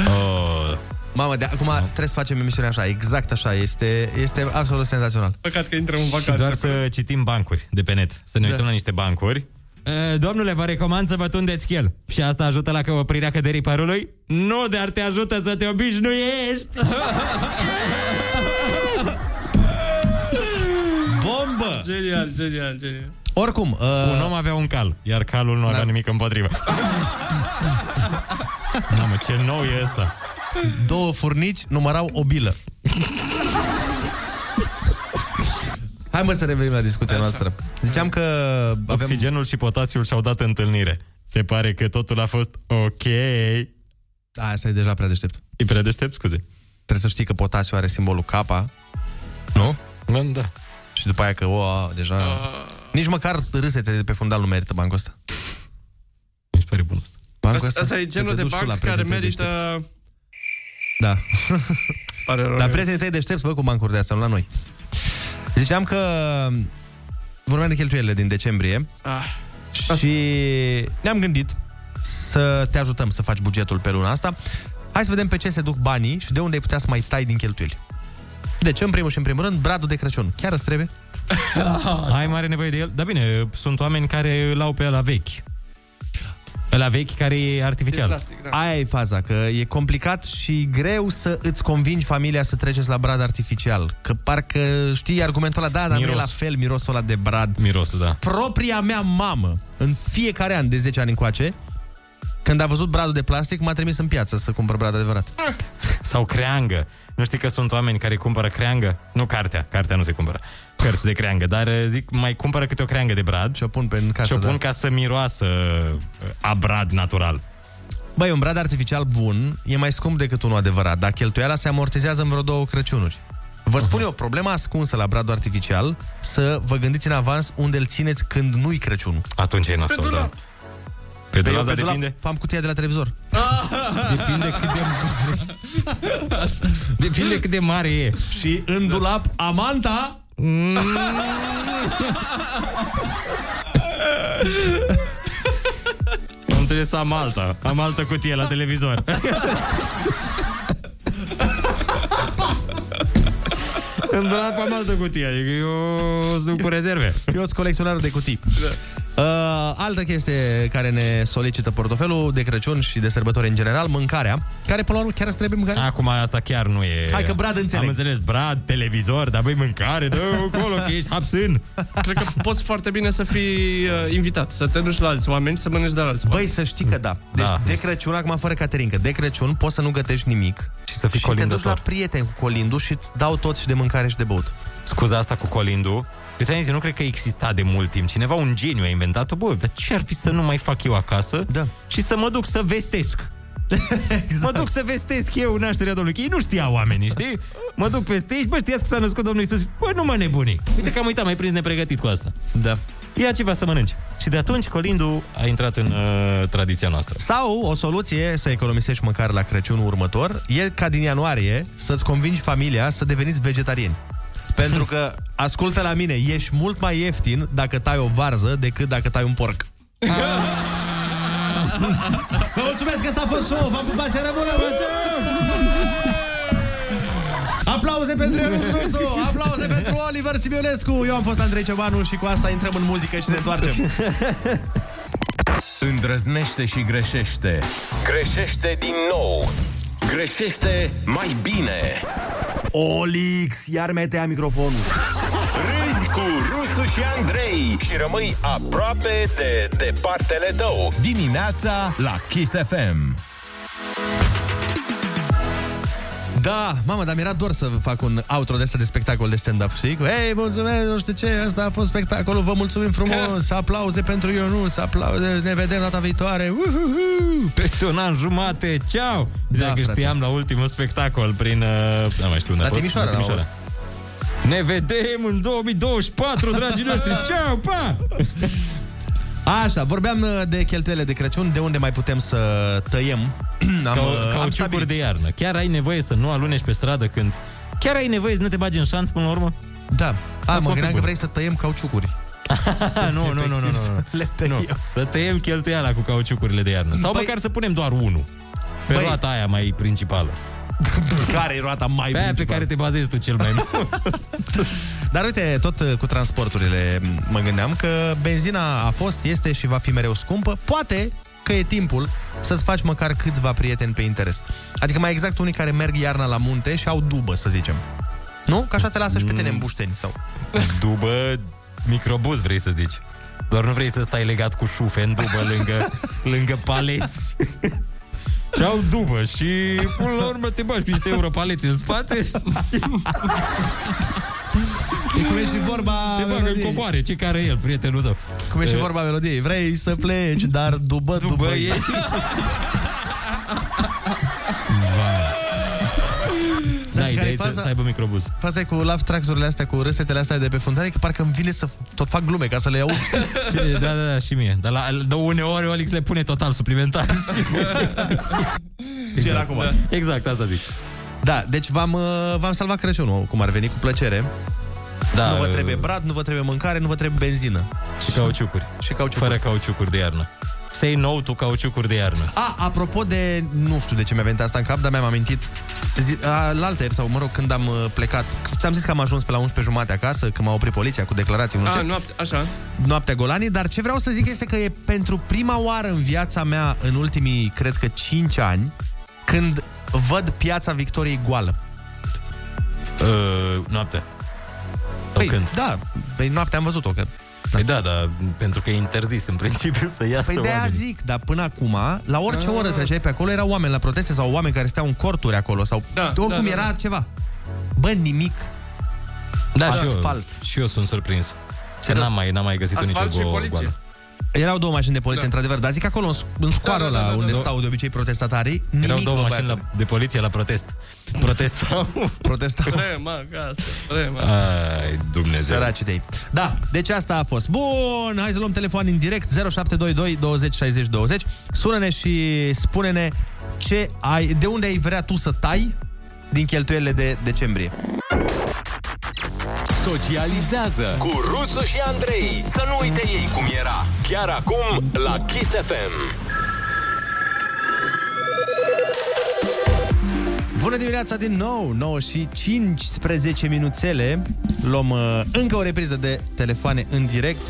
Speaker 17: oh.
Speaker 3: Mamă, de acum trebuie să facem emisiunea așa, exact așa, este, este absolut senzațional.
Speaker 5: Păcat că intrăm în
Speaker 4: Și doar să citim bancuri de pe net. Să ne
Speaker 3: Da.
Speaker 4: uităm la niște bancuri. E, Domnule, vă recomand să vă tundeți chel. Și asta ajută la că oprirea căderii părului? Nu, dar te ajută să te obișnuiești!
Speaker 3: Bombă!
Speaker 5: Genial, genial, genial.
Speaker 3: Oricum... Uh... Da.
Speaker 4: Un om avea un cal, iar calul nu avea nimic împotrivă. Mamă, ce nou e ăsta!
Speaker 3: Două furnici numărau o bilă. Hai mă să revenim la discuția Așa. noastră. Ziceam că avem...
Speaker 4: Oxigenul și potasiul și-au dat întâlnire. Se pare că totul a fost ok.
Speaker 3: Da, Asta e deja prea deștept.
Speaker 4: E prea deștept, scuze.
Speaker 3: Trebuie să știi că potasiu are simbolul capa.
Speaker 4: Nu? Da, da.
Speaker 3: Și după aia că, o, deja... Nici măcar râsete de pe fundal nu merită bancul ăsta.
Speaker 4: Mi se pare bun asta.
Speaker 3: Bancul
Speaker 5: Asta, asta e genul de banc care
Speaker 3: deci
Speaker 5: merită...
Speaker 3: Da.
Speaker 5: Pare rău.
Speaker 3: Dar prietenii tăi deștepți, bă, cu bancuri de astea, nu la noi. Ziceam că mm, vorbeam de cheltuielile din decembrie
Speaker 5: Ah.
Speaker 3: și ne-am gândit să te ajutăm să faci bugetul pe luna asta. Hai să vedem pe ce se duc banii și de unde ai putea să mai tai din cheltuieli. Deci, în primul și în primul rând, bradul de Crăciun. Chiar îți trebuie?
Speaker 4: Ai mare nevoie de el? Dar bine, sunt oameni care îl au pe la vechi. La vechi care e da. artificial.
Speaker 3: Aia e faza, că e complicat și greu să îți convingi familia să treceți la brad artificial. Că parcă, știi, argumentul ăla, da, dar nu e
Speaker 4: Miros.
Speaker 3: la fel mirosul ăla de brad.
Speaker 4: Mirosul, da.
Speaker 3: Propria mea mamă, în fiecare an de 10 ani încoace, când a văzut bradul de plastic, m-a trimis în piață să cumpăr brad adevărat.
Speaker 4: Ah. Sau creangă. Nu știi că sunt oameni care cumpără creangă? Nu cartea, cartea nu se cumpără. Cărți de creangă, dar eh, zic, mai cumpără câte o creangă de brad. Și
Speaker 3: o pun pe în casă,
Speaker 4: Și o pun
Speaker 3: da.
Speaker 4: ca să miroasă eh, a brad natural.
Speaker 3: Băi, un brad artificial bun e mai scump decât unul adevărat, dar cheltuiala se amortizează în vreo două Crăciunuri. Vă spun eu, problema ascunsă la bradul artificial, să vă gândiți în avans unde îl țineți când nu-i Crăciun.
Speaker 4: Atunci e nasol, da. Pe
Speaker 3: Dar Păi eu
Speaker 4: dulap, dar depinde.
Speaker 3: Am cutia de la televizor.
Speaker 4: Depinde cât de mare Depinde cât de mare e
Speaker 3: Și în dulap Amanta
Speaker 4: Am trebuie să am alta Am altă cutie la televizor Îndrat pe altă cutie, adică eu sunt cu rezerve.
Speaker 3: Eu sunt colecționarul de cutii. Da. Uh, altă chestie care ne solicită portofelul de Crăciun și de sărbători în general, mâncarea. Care, până la urmă, chiar îți trebuie mâncare?
Speaker 4: Acum asta chiar nu e...
Speaker 3: Hai că Brad înțeleg.
Speaker 4: Am înțeles, Brad, televizor, dar băi, mâncare, dă acolo, că ești hapsân.
Speaker 5: Cred că poți foarte bine să fii uh, invitat, să te duci la alți oameni, să mănânci de la alți
Speaker 3: Băi, să știi că da. Deci, da. de Crăciun, acum fără Caterinca, de Crăciun poți să nu gătești nimic.
Speaker 4: Și să fii
Speaker 3: și te
Speaker 4: colindător.
Speaker 3: duci la prieteni cu colindu și îți dau tot și de mâncare și de băut.
Speaker 4: Scuza asta cu colindu. Îți am zis, eu nu cred că exista de mult timp. Cineva, un geniu, a inventat-o. Bă, dar ce ar fi să nu mai fac eu acasă? Da. Și să mă duc să vestesc. exact. Mă duc să vestesc eu nașterea Domnului, că ei nu știau oamenii, știi? Mă duc peste ei, bă, știați că s-a născut Domnul Isus. Bă, nu mă nebuni. Uite că am uitat, mai prins nepregătit cu asta.
Speaker 3: Da.
Speaker 4: Ia ceva să mănânci. Și de atunci colindu a intrat în uh, tradiția noastră.
Speaker 3: Sau o soluție să economisești măcar la Crăciunul următor e ca din ianuarie să-ți convingi familia să deveniți vegetariani. Pentru că, ascultă la mine, ești mult mai ieftin dacă tai o varză decât dacă tai un porc. Vă mulțumesc că asta a fost show. V-am pupat seara bună, vă Aplauze pentru Ionuț Rusu, aplauze pentru Oliver Simionescu. Eu am fost Andrei Ciobanu și cu asta intrăm în muzică și ne întoarcem.
Speaker 2: Îndrăznește și greșește. Greșește din nou. Greșește mai bine.
Speaker 3: Olix, iar metea microfonul.
Speaker 2: Râzi cu Rusu și Andrei și rămâi aproape de departele tău. Dimineața la Kiss FM.
Speaker 3: Da, mamă, dar mi-era dor să fac un outro de asta de spectacol de stand-up, știi? Cu, Ei, mulțumesc, nu știu ce, asta a fost spectacolul, vă mulțumim frumos, aplauze pentru Ionuț, aplauze, ne vedem data viitoare, uhuhu!
Speaker 4: Peste un an jumate, ceau! Da, Dacă
Speaker 3: frate.
Speaker 4: știam la ultimul spectacol prin... Uh, nu mai știu unde a
Speaker 3: La
Speaker 4: fost,
Speaker 3: Timișoara, la
Speaker 4: Ne vedem în 2024, dragii noștri! Ceau, pa!
Speaker 3: Așa, vorbeam uh, de cheltuielile de Crăciun, de unde mai putem să tăiem.
Speaker 4: Am,
Speaker 3: uh,
Speaker 4: ca, cauciucuri
Speaker 3: stabilit.
Speaker 4: de iarnă. Chiar ai nevoie să nu aluneci pe stradă când... Chiar ai nevoie să nu te bagi în șanț până la urmă?
Speaker 3: Da. A, mă gândeam că vrei să tăiem cauciucuri.
Speaker 4: nu, nu, nu, nu, nu.
Speaker 3: Le
Speaker 4: nu. Să tăiem cheltuiala cu cauciucurile de iarnă. Sau
Speaker 3: Băi-
Speaker 4: măcar să punem doar unul. Pe
Speaker 3: Băi-
Speaker 4: roata aia mai principală.
Speaker 3: care e roata mai
Speaker 4: Pe aia pe care te bazezi tu cel mai mult.
Speaker 3: Dar uite, tot uh, cu transporturile m- mă gândeam că benzina a fost, este și va fi mereu scumpă. Poate că e timpul să-ți faci măcar câțiva prieteni pe interes. Adică mai exact unii care merg iarna la munte și au dubă, să zicem. Nu? Că așa te lasă și pe
Speaker 4: Mm.
Speaker 3: tine în bușteni. Sau...
Speaker 4: dubă microbuz, vrei să zici. Doar nu vrei să stai legat cu șufe în dubă lângă, lângă paleți. Și au dubă și până la urmă te bagi cu niște europaleți în spate și...
Speaker 3: E cum e și vorba
Speaker 4: Te bagă în
Speaker 3: melodiei.
Speaker 4: coboare, ce care e el, prietenul tău.
Speaker 3: Cum e și
Speaker 4: Eh,
Speaker 3: vorba melodiei. Vrei să pleci, dar dubă, dubă,
Speaker 4: Dubă
Speaker 3: dubă
Speaker 4: e...
Speaker 3: e.
Speaker 4: Da,
Speaker 3: și
Speaker 4: ideea
Speaker 3: care-i
Speaker 4: e să,
Speaker 3: faza?
Speaker 4: să aibă microbuz.
Speaker 3: Faza e cu laugh tracks-urile astea, cu râsetele astea de pe fundale, că parcă îmi vine să tot fac glume ca să le aud.
Speaker 4: Și, da, da, da, și mie. Dar la, la uneori Olix le pune total suplimentar.
Speaker 3: Ce era acum?
Speaker 4: Exact, asta zic.
Speaker 3: Da, deci v-am, uh, v-am salvat Crăciunul, cum ar veni, cu plăcere.
Speaker 4: Da,
Speaker 3: nu vă
Speaker 4: uh,
Speaker 3: trebuie brad, nu vă trebuie mâncare, nu vă trebuie benzină.
Speaker 4: Și cauciucuri.
Speaker 3: Și cauciucuri.
Speaker 4: Fără cauciucuri de iarnă. Say no tu cauciucuri de iarnă.
Speaker 3: A, apropo de, nu știu de ce mi-a venit asta în cap, dar mi-am amintit zi, a, la altă ieri, sau mă rog, când am uh, plecat, ți-am zis că am ajuns pe la 11 jumate acasă, că m-a oprit poliția cu declarații, nu
Speaker 5: A,
Speaker 3: știu, ce,
Speaker 5: Ah, noapte, așa.
Speaker 3: noaptea Golanii, dar ce vreau să zic este că e pentru prima oară în viața mea, în ultimii, cred că 5 ani, când văd piața Victoriei goală.
Speaker 4: Uh, noapte.
Speaker 3: Păi, când? da, păi noaptea am văzut-o, că
Speaker 4: Păi da, da, pentru că e interzis în principiu să Ah. iasă
Speaker 3: Păi de aia
Speaker 4: oamenii.
Speaker 3: zic, dar până acum, la orice oră treceai pe acolo, erau oameni la proteste sau oameni care steau în corturi acolo sau da, oricum
Speaker 4: da,
Speaker 3: da,
Speaker 4: da.
Speaker 3: era ceva. Bă, nimic.
Speaker 4: Da, și eu,
Speaker 3: Asfalt.
Speaker 4: și eu sunt surprins. Că n-am mai, n-am mai găsit
Speaker 3: Asfalt
Speaker 4: nicio
Speaker 3: și
Speaker 4: go-
Speaker 3: poliție.
Speaker 4: goală.
Speaker 3: Erau două mașini de poliție,
Speaker 4: Da.
Speaker 3: într-adevăr, dar zic acolo, în, sc- în scoară da, da, da, la unde da, da, stau de obicei protestatarii, nimic
Speaker 4: Erau două
Speaker 3: bă,
Speaker 4: mașini la,
Speaker 3: băiatule.
Speaker 4: de poliție la protest. Protestau.
Speaker 3: Protestau.
Speaker 5: Rema, casă, rema.
Speaker 4: Ai, Dumnezeu.
Speaker 3: Săraci de ei. Da, deci asta a fost. Bun, hai să luăm telefon în direct 0722 20 60 20. Sună-ne și spune-ne ce ai, de unde ai vrea tu să tai din cheltuielile de decembrie.
Speaker 2: Socializează cu Rusu și Andrei. Să nu uite ei cum era. Chiar acum la Kiss FM.
Speaker 3: Vă Bună dimineața din nou, 9 și 15 minuțele. Luăm uh, încă o repriză de telefoane în direct.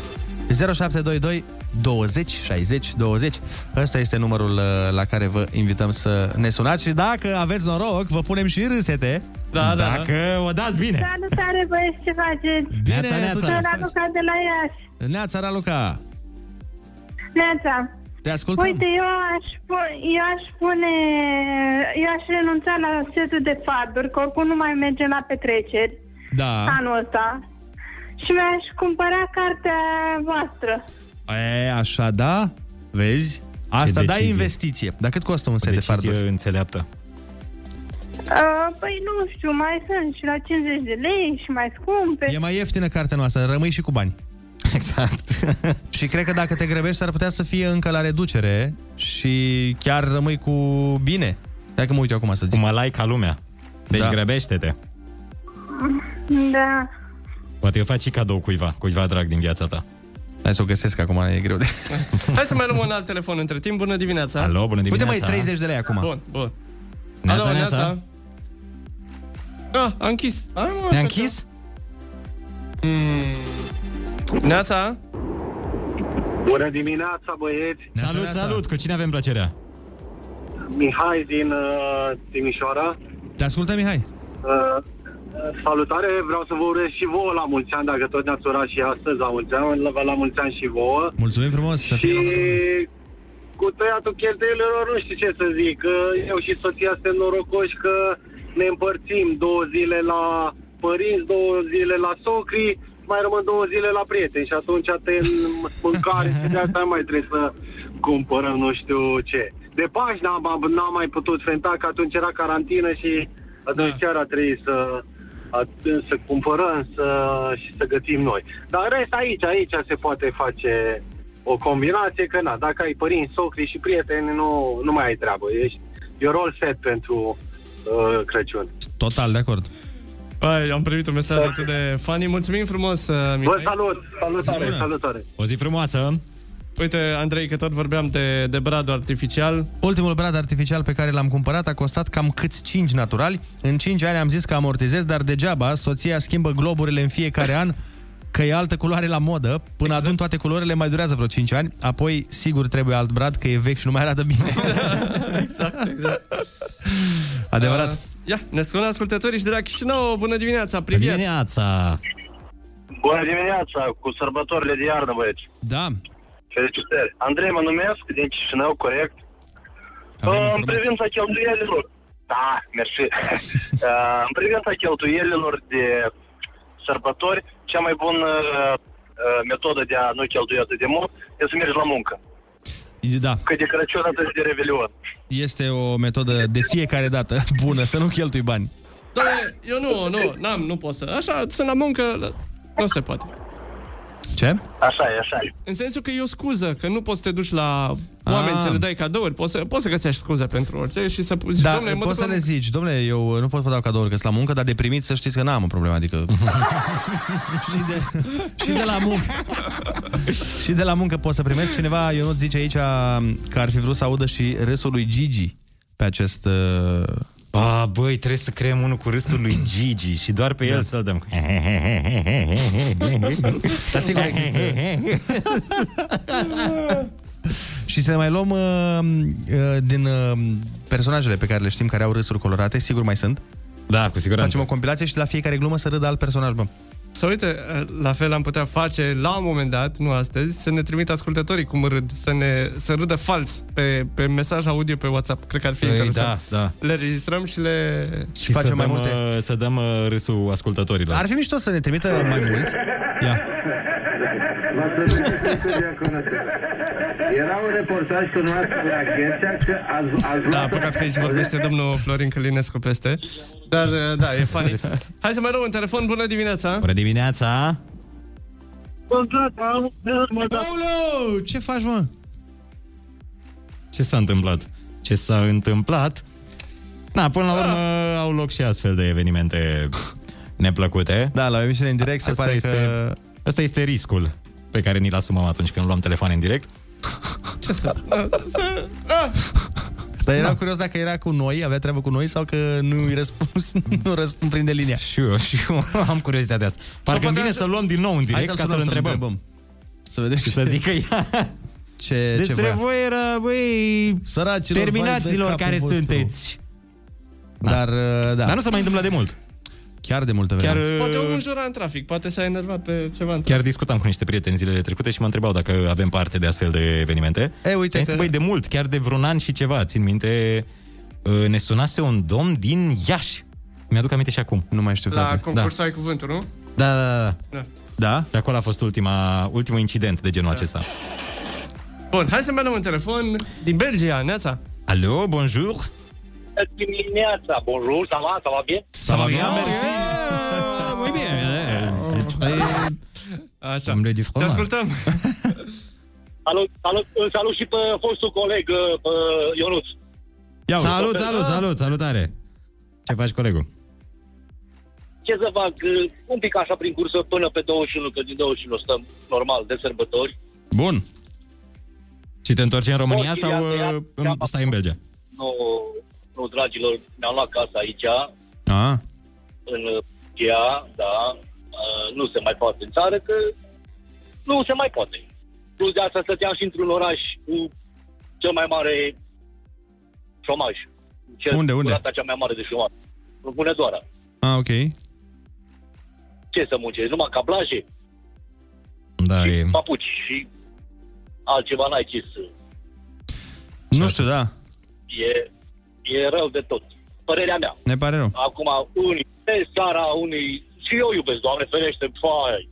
Speaker 3: 0722 20 60 20. Ăsta este numărul uh, la care vă invităm să ne sunați și dacă aveți noroc, vă punem și râsete.
Speaker 4: Da, da, da.
Speaker 3: Dacă o dați bine.
Speaker 18: Salutare, băieți, ce faceți?
Speaker 3: Bine, Neața, neața.
Speaker 18: Sunt Raluca de la Iași.
Speaker 3: Neața, Raluca,
Speaker 18: Neața.
Speaker 3: te ascultăm.
Speaker 18: Uite, eu aș, pu- eu aș pune... Eu aș renunța la setul de farduri, că oricum nu mai mergem la petreceri
Speaker 3: Da.
Speaker 18: anul ăsta. Și mi-aș cumpăra cartea voastră.
Speaker 3: E, așa, da? Vezi? Asta da
Speaker 4: decizie.
Speaker 3: investiție. Dar cât costă un set de farduri? înțeleaptă.
Speaker 18: Uh, păi nu știu, mai sunt și la 50 de lei și mai scumpe.
Speaker 3: E mai ieftină cartea noastră, rămâi și cu bani. Exact. și cred că dacă te grăbești ar putea să fie încă la reducere și chiar rămâi cu bine. Dacă mă uit eu acum să zic. Cum
Speaker 4: Ai ca lumea. Deci da. grăbește-te.
Speaker 18: Da.
Speaker 4: Poate o faci și cadou cuiva, cuiva drag din viața ta.
Speaker 3: Hai să o găsesc acum, e greu de...
Speaker 5: Hai să mai luăm un alt telefon între timp. Bună dimineața!
Speaker 4: Alo, bună
Speaker 3: Uite, dimineața. mai, 30 de lei acum.
Speaker 5: Bun, bun.
Speaker 3: Neața,
Speaker 5: Alo,
Speaker 3: neața.
Speaker 5: neața. Ah, a închis. Ah, mă, așa
Speaker 4: închis?
Speaker 5: că- Mm. Neața?
Speaker 6: Bună dimineața, băieți!
Speaker 4: Salut, salut! Cu cine avem plăcerea?
Speaker 6: Mihai din uh, Timișoara.
Speaker 3: Te ascultă, Mihai?
Speaker 6: Uh, salutare, vreau să vă urez și vouă la mulți ani, dacă tot ne-ați urat și astăzi la mulți ani, la, la mulți ani și vouă.
Speaker 3: Mulțumim frumos să
Speaker 6: Și
Speaker 3: fie la
Speaker 6: cu tăiatul cheltuielilor nu știu ce să zic, că eu și soția suntem norocoși că ne împărțim două zile la părinți, două zile la socri, mai rămân două zile la prieteni și atunci tăiem mâncare și de asta mai trebuie să cumpărăm nu știu ce. De Paști n-am, n-am mai putut frenta, că atunci era carantină și atunci chiar a trebuit să atunci să cumpărăm să, și să gătim noi. Dar în rest aici, aici se poate face o combinație, că na, dacă ai părinți, socri și prieteni, nu, nu mai ai treabă. Ești, e rol set pentru uh, Crăciun.
Speaker 3: Total, de acord.
Speaker 5: Ai, am primit un mesaj atât de funny. Mulțumim frumos, uh, Mihai.
Speaker 6: Vă salut! Salutare, salutare!
Speaker 4: O zi frumoasă!
Speaker 5: Uite, Andrei, că tot vorbeam de, de bradul artificial.
Speaker 3: Ultimul brad artificial pe care l-am cumpărat a costat cam câți 5 naturali. În 5 ani am zis că amortizez, dar degeaba soția schimbă globurile în fiecare an că e altă culoare la modă. Până exact. adun toate culorile mai durează vreo 5 ani. Apoi, sigur, trebuie alt brad, că e vechi și nu mai arată bine.
Speaker 5: Exact, exact.
Speaker 3: Adevărat.
Speaker 5: Uh, ia, ne sună ascultătorii și de la Chișinău. Bună dimineața, priviet!
Speaker 4: Dimineața!
Speaker 6: Bună dimineața, cu sărbătorile de iarnă, băieți!
Speaker 3: Da.
Speaker 6: Felicitări! Andrei, mă numesc, din Chișinău, corect? Uh, în privința cheltuielilor... Da, mersi. uh, în privința cheltuielilor de sărbători, cea mai bună uh, uh, metodă de a nu cheltui atât de mult este să mergi la muncă.
Speaker 3: Da.
Speaker 6: Că de Crăciun atât de Revelion.
Speaker 3: Este o metodă de fiecare dată bună, să nu cheltui bani.
Speaker 5: Doamne, eu nu, nu, n-am, nu pot să... Așa, sunt la muncă, la- nu se poate.
Speaker 3: Ce?
Speaker 6: Așa e, așa e.
Speaker 5: În sensul că e o scuză, că nu poți să te duci la oameni
Speaker 3: Ah.
Speaker 5: să le dai cadouri, poți să, poți să găsești scuze pentru orice și să Păi zici,
Speaker 3: Da,
Speaker 5: domnule, mă duc
Speaker 3: poți să
Speaker 5: la
Speaker 3: le
Speaker 5: muncă."
Speaker 3: zici, domnule, eu nu pot vă dau cadouri, că sunt la muncă, dar de primit să știți că n-am o problemă, adică... și, de, și de la muncă. și de la muncă pot să primesc. Cineva, eu nu zice aici că ar fi vrut să audă și râsul lui Gigi pe acest... Uh...
Speaker 4: A, băi, trebuie să creăm unul cu râsul lui Gigi și doar pe el da. să-l dăm.
Speaker 3: Dar sigur există. Și să mai luăm uh, uh, din uh, personajele pe care le știm, care au râsuri colorate, sigur mai sunt.
Speaker 4: Da, cu siguranță.
Speaker 3: Facem o compilație și la fiecare glumă să râdă alt personaj, bă.
Speaker 5: Să uite, la fel am putea face la un moment dat, nu astăzi, să ne trimit ascultătorii cum râd, să ne să râdă fals pe, pe mesaj audio pe WhatsApp. Cred că ar fi
Speaker 4: Ei,
Speaker 5: interesant.
Speaker 4: da, da.
Speaker 5: Le registrăm și le...
Speaker 4: Și facem mai multe. Să dăm uh, râsul
Speaker 5: Da.
Speaker 4: ascultătorilor.
Speaker 3: Ar fi mișto să ne trimită mai mult. Ia.
Speaker 19: Era un reportaj cu noastră la Ghercea că ați, ați
Speaker 5: Da, păcat că aici vorbește domnul Florin Călinescu peste. Dar, da, e funny. Hai să mai luăm un telefon. Bună dimineața!
Speaker 4: Bună dimineața!
Speaker 3: Aoleu, ce faci, mă?
Speaker 4: Ce s-a întâmplat? Ce s-a întâmplat? Na, până la urmă
Speaker 3: Ah.
Speaker 4: au loc și astfel de evenimente neplăcute.
Speaker 3: Da, la o emisiune în direct se pare că-
Speaker 4: Asta este riscul pe care ni-l asumăm atunci când luăm telefoane în direct.
Speaker 5: Ce să...
Speaker 3: Dar eram da. curios dacă era cu noi, avea treabă cu noi sau că nu îi răspuns, nu răspund prinde linia.
Speaker 4: Și eu, și eu am curiozitatea de asta. Parcă îmi vine să luăm din nou în direct ca să-l întrebăm.
Speaker 3: Să vedem și
Speaker 4: să zică ea.
Speaker 3: Ce, ce
Speaker 4: Despre
Speaker 3: voia.
Speaker 4: voi, ră, băi,
Speaker 3: Săracilor, vai,
Speaker 4: terminaților
Speaker 3: dă
Speaker 4: care
Speaker 3: capul vostru.
Speaker 4: sunteți.
Speaker 3: Dar, uh, da.
Speaker 4: Dar nu s-a mai întâmplat de mult.
Speaker 3: Chiar de multă
Speaker 5: Chiar, poate o înjura în trafic, poate s-a enervat pe ceva în
Speaker 4: Chiar discutam cu niște prieteni zilele trecute și mă întrebau dacă avem parte de astfel de evenimente.
Speaker 3: E, uite
Speaker 4: că...
Speaker 3: că-
Speaker 4: Băi, de mult, chiar de vreun an și ceva, țin minte, uh, ne sunase un domn din Iași. Mi-aduc aminte și acum.
Speaker 3: Nu mai știu,
Speaker 5: La concursul ai cuvântul, nu?
Speaker 4: Da, da, da.
Speaker 5: Da.
Speaker 3: da?
Speaker 4: Și acolo a fost ultima, ultimul incident de genul da. acesta.
Speaker 5: Bun, hai să mergem un telefon din Belgia, Neața.
Speaker 4: Alo, Oh, bonjour.
Speaker 20: dimineața, bonjour, ça va, ça va bien?
Speaker 4: Ça va bien, merci.
Speaker 5: Da. Muy
Speaker 15: Păi,
Speaker 20: très-
Speaker 5: Așa.
Speaker 4: Am de
Speaker 5: Te ascultăm.
Speaker 20: Salut, salut, îl salut și pe fostul coleg, uh, pe Ionuț.
Speaker 4: Ia
Speaker 20: uite.
Speaker 4: salut, salut, salut, salutare. Ce faci, colegul?
Speaker 20: Ce să fac, uh, un pic așa prin cursă până pe 21, că din 21 stăm normal de sărbători.
Speaker 4: Bun. Și te întorci în România
Speaker 20: Portiria
Speaker 4: sau
Speaker 20: de ea,
Speaker 4: uh, în- stai în Belgia?
Speaker 20: Nu, nu dragilor, mi-am luat casa aici,
Speaker 3: Ah.
Speaker 20: în Gea, da, uh, nu se mai poate în țară, că nu se mai poate. Plus de asta stăteam și într-un oraș cu cel mai mare șomaj. Cel,
Speaker 3: Unde,
Speaker 20: cu
Speaker 3: unde?
Speaker 20: Rata cea mai mare de șomaj. În Bunăzoara.
Speaker 3: Ah, ok.
Speaker 20: Ce să muncești? Numai ca plaje,
Speaker 4: Da, e...
Speaker 3: Păi.
Speaker 20: papuci și altceva n-ai ce să...
Speaker 3: Nu știu, da.
Speaker 20: E, e rău de tot. Părerea mea.
Speaker 3: Ne pare rău.
Speaker 20: Acum, unii iubesc țara, unii... Și eu iubesc, Doamne ferește, fai,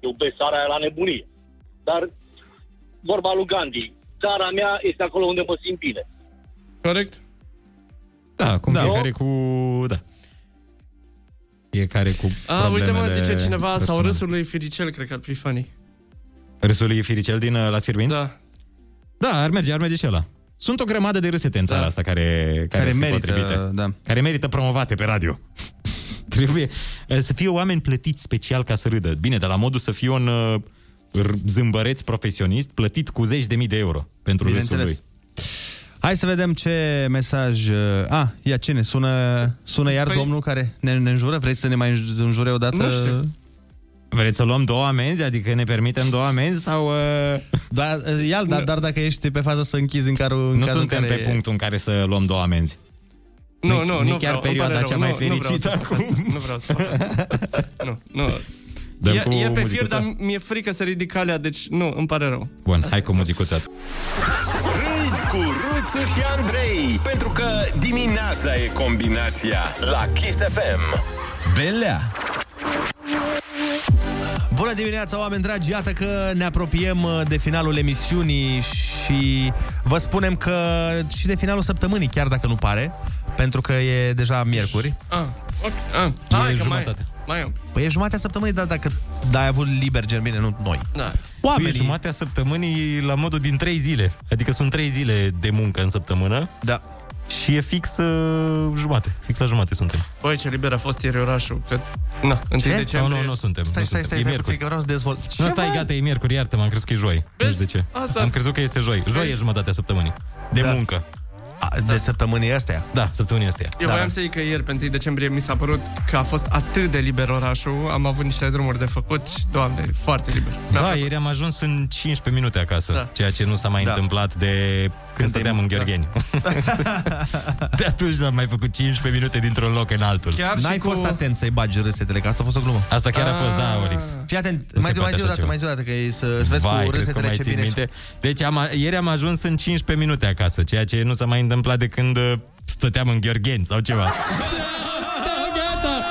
Speaker 20: iubesc țara aia la nebunie. Dar, vorba lui Gandhi, țara mea este acolo unde mă simt bine.
Speaker 5: Corect?
Speaker 4: Da, cum
Speaker 20: Da.
Speaker 4: da. fiecare cu... Da. Fiecare cu
Speaker 5: A, Ah, uite mă,
Speaker 4: problemele
Speaker 5: zice cineva, sau
Speaker 4: personale.
Speaker 5: râsul lui Firicel, cred că ar fi funny.
Speaker 4: Râsul lui Firicel din uh, La Sfirminți?
Speaker 5: Da.
Speaker 4: Da, ar merge, ar merge și ăla. Sunt o grămadă de râsete în țara da. asta care, care,
Speaker 3: Care
Speaker 4: ar fi
Speaker 3: merită,
Speaker 4: potrivite.
Speaker 3: da.
Speaker 4: Care merită promovate pe radio. Trebuie uh, să fie oameni plătiți special ca să râdă. Bine, dar la modul să fie un uh, r- zâmbăreț profesionist plătit cu zeci de mii de euro pentru râsul
Speaker 3: Bineînțeles.
Speaker 4: lui.
Speaker 3: Hai să vedem ce mesaj... uh, A, ia cine? Sună, sună iar păi... domnul care ne, ne înjură? Vrei să ne mai înj- înjure odată?
Speaker 4: Nu știu. Vreți să luăm două amenzi? Adică ne permitem două amenzi sau... Uh...
Speaker 3: Da, ia dar, dar dacă ești pe faza să închizi în carul... În
Speaker 4: Nu
Speaker 3: cazul
Speaker 4: suntem
Speaker 3: în care...
Speaker 4: pe punctul în care să luăm două amenzi.
Speaker 5: Nu,
Speaker 4: Nu-i-
Speaker 5: nu,
Speaker 4: nu-i
Speaker 5: nu
Speaker 4: chiar
Speaker 5: vreau, îmi
Speaker 4: perioada
Speaker 5: pare rău,
Speaker 4: cea mai
Speaker 5: nu, nu vreau
Speaker 4: fericită
Speaker 5: să fac
Speaker 4: acum.
Speaker 5: asta, Nu vreau să fac asta. Nu, nu.
Speaker 4: Dăm
Speaker 5: e,
Speaker 4: cu
Speaker 5: e pe fir,
Speaker 4: muzicuța?
Speaker 5: dar mi-e frică să ridic calea, deci nu, îmi pare rău.
Speaker 4: Bun, hai cu muzicuța.
Speaker 2: Râzi cu Rusu și Andrei Pentru că dimineața e combinația La Kiss FM
Speaker 3: Belea! Bună dimineața, oameni dragi! Iată că ne apropiem uh, de finalul emisiunii și vă spunem că și de finalul săptămânii, chiar dacă nu pare, pentru că e deja miercuri.
Speaker 5: Ah, ok, ah, hai că mai,
Speaker 3: jumătate.
Speaker 5: mai am.
Speaker 3: Păi e jumatea săptămânii, dar dacă da, ai avut liber gen, bine, nu noi.
Speaker 5: Da.
Speaker 3: Oamenii.
Speaker 4: Oamenii. E jumatea săptămânii la modul din trei zile. Adică sunt trei zile de muncă în săptămână.
Speaker 3: Da.
Speaker 4: Și e fix uh, jumate. Fix la jumate suntem.
Speaker 5: Băi, ce liber a fost ieri orașul, că... Na, 1
Speaker 4: Ce?
Speaker 5: decembrie...
Speaker 4: Sau nu, nu suntem,
Speaker 3: Stai,
Speaker 4: nu
Speaker 3: stai,
Speaker 4: suntem.
Speaker 3: stai,
Speaker 4: E
Speaker 3: stai,
Speaker 4: miercuri.
Speaker 3: puțin, că vreau să dezvolt.
Speaker 4: Nu,
Speaker 3: Ce,
Speaker 4: stai,
Speaker 3: mă?
Speaker 4: gata, e miercuri, iartă-mă, am crezut că e joi. Vezi? Nu știu de ce.
Speaker 5: Asta-
Speaker 4: Am crezut că este joi. Joi
Speaker 5: Vezi?
Speaker 4: e jumătatea săptămânii. De da. muncă.
Speaker 3: A, de săptămânii astea?
Speaker 4: Da, săptămânii astea.
Speaker 5: Eu da. voiam să zic că ieri, pe 1 decembrie, mi s-a părut că a fost atât de liber orașul, am avut niște drumuri de făcut și, doamne, foarte liber. Mi-a
Speaker 4: Da,
Speaker 5: plăcut.
Speaker 4: ieri am ajuns în 15 minute acasă,
Speaker 5: Da.
Speaker 4: da. ceea ce nu s-a mai
Speaker 5: Da.
Speaker 4: da. întâmplat de când, când stăteam în Gheorgheni. de atunci n-am mai făcut 15 minute dintr-un loc în altul.
Speaker 3: N-ai fost atent să-i bagi râsetele, că asta a fost o glumă.
Speaker 4: Asta chiar a fost, da, Olix.
Speaker 3: Fii atent,
Speaker 4: Nu
Speaker 3: mai
Speaker 4: se
Speaker 3: zi
Speaker 4: poate
Speaker 3: mai
Speaker 4: așa
Speaker 3: zi o dată,
Speaker 4: ceva.
Speaker 3: mai zi o dată, că e să, să vezi
Speaker 4: Vai,
Speaker 3: cu
Speaker 4: crezi că
Speaker 3: râsetele
Speaker 4: mai
Speaker 3: ce
Speaker 4: țin
Speaker 3: bine
Speaker 4: minte? Deci am, ieri am ajuns în 15 minute acasă, ceea ce nu s-a mai întâmplat de când uh, stăteam în Gheorgheni sau ceva. gata!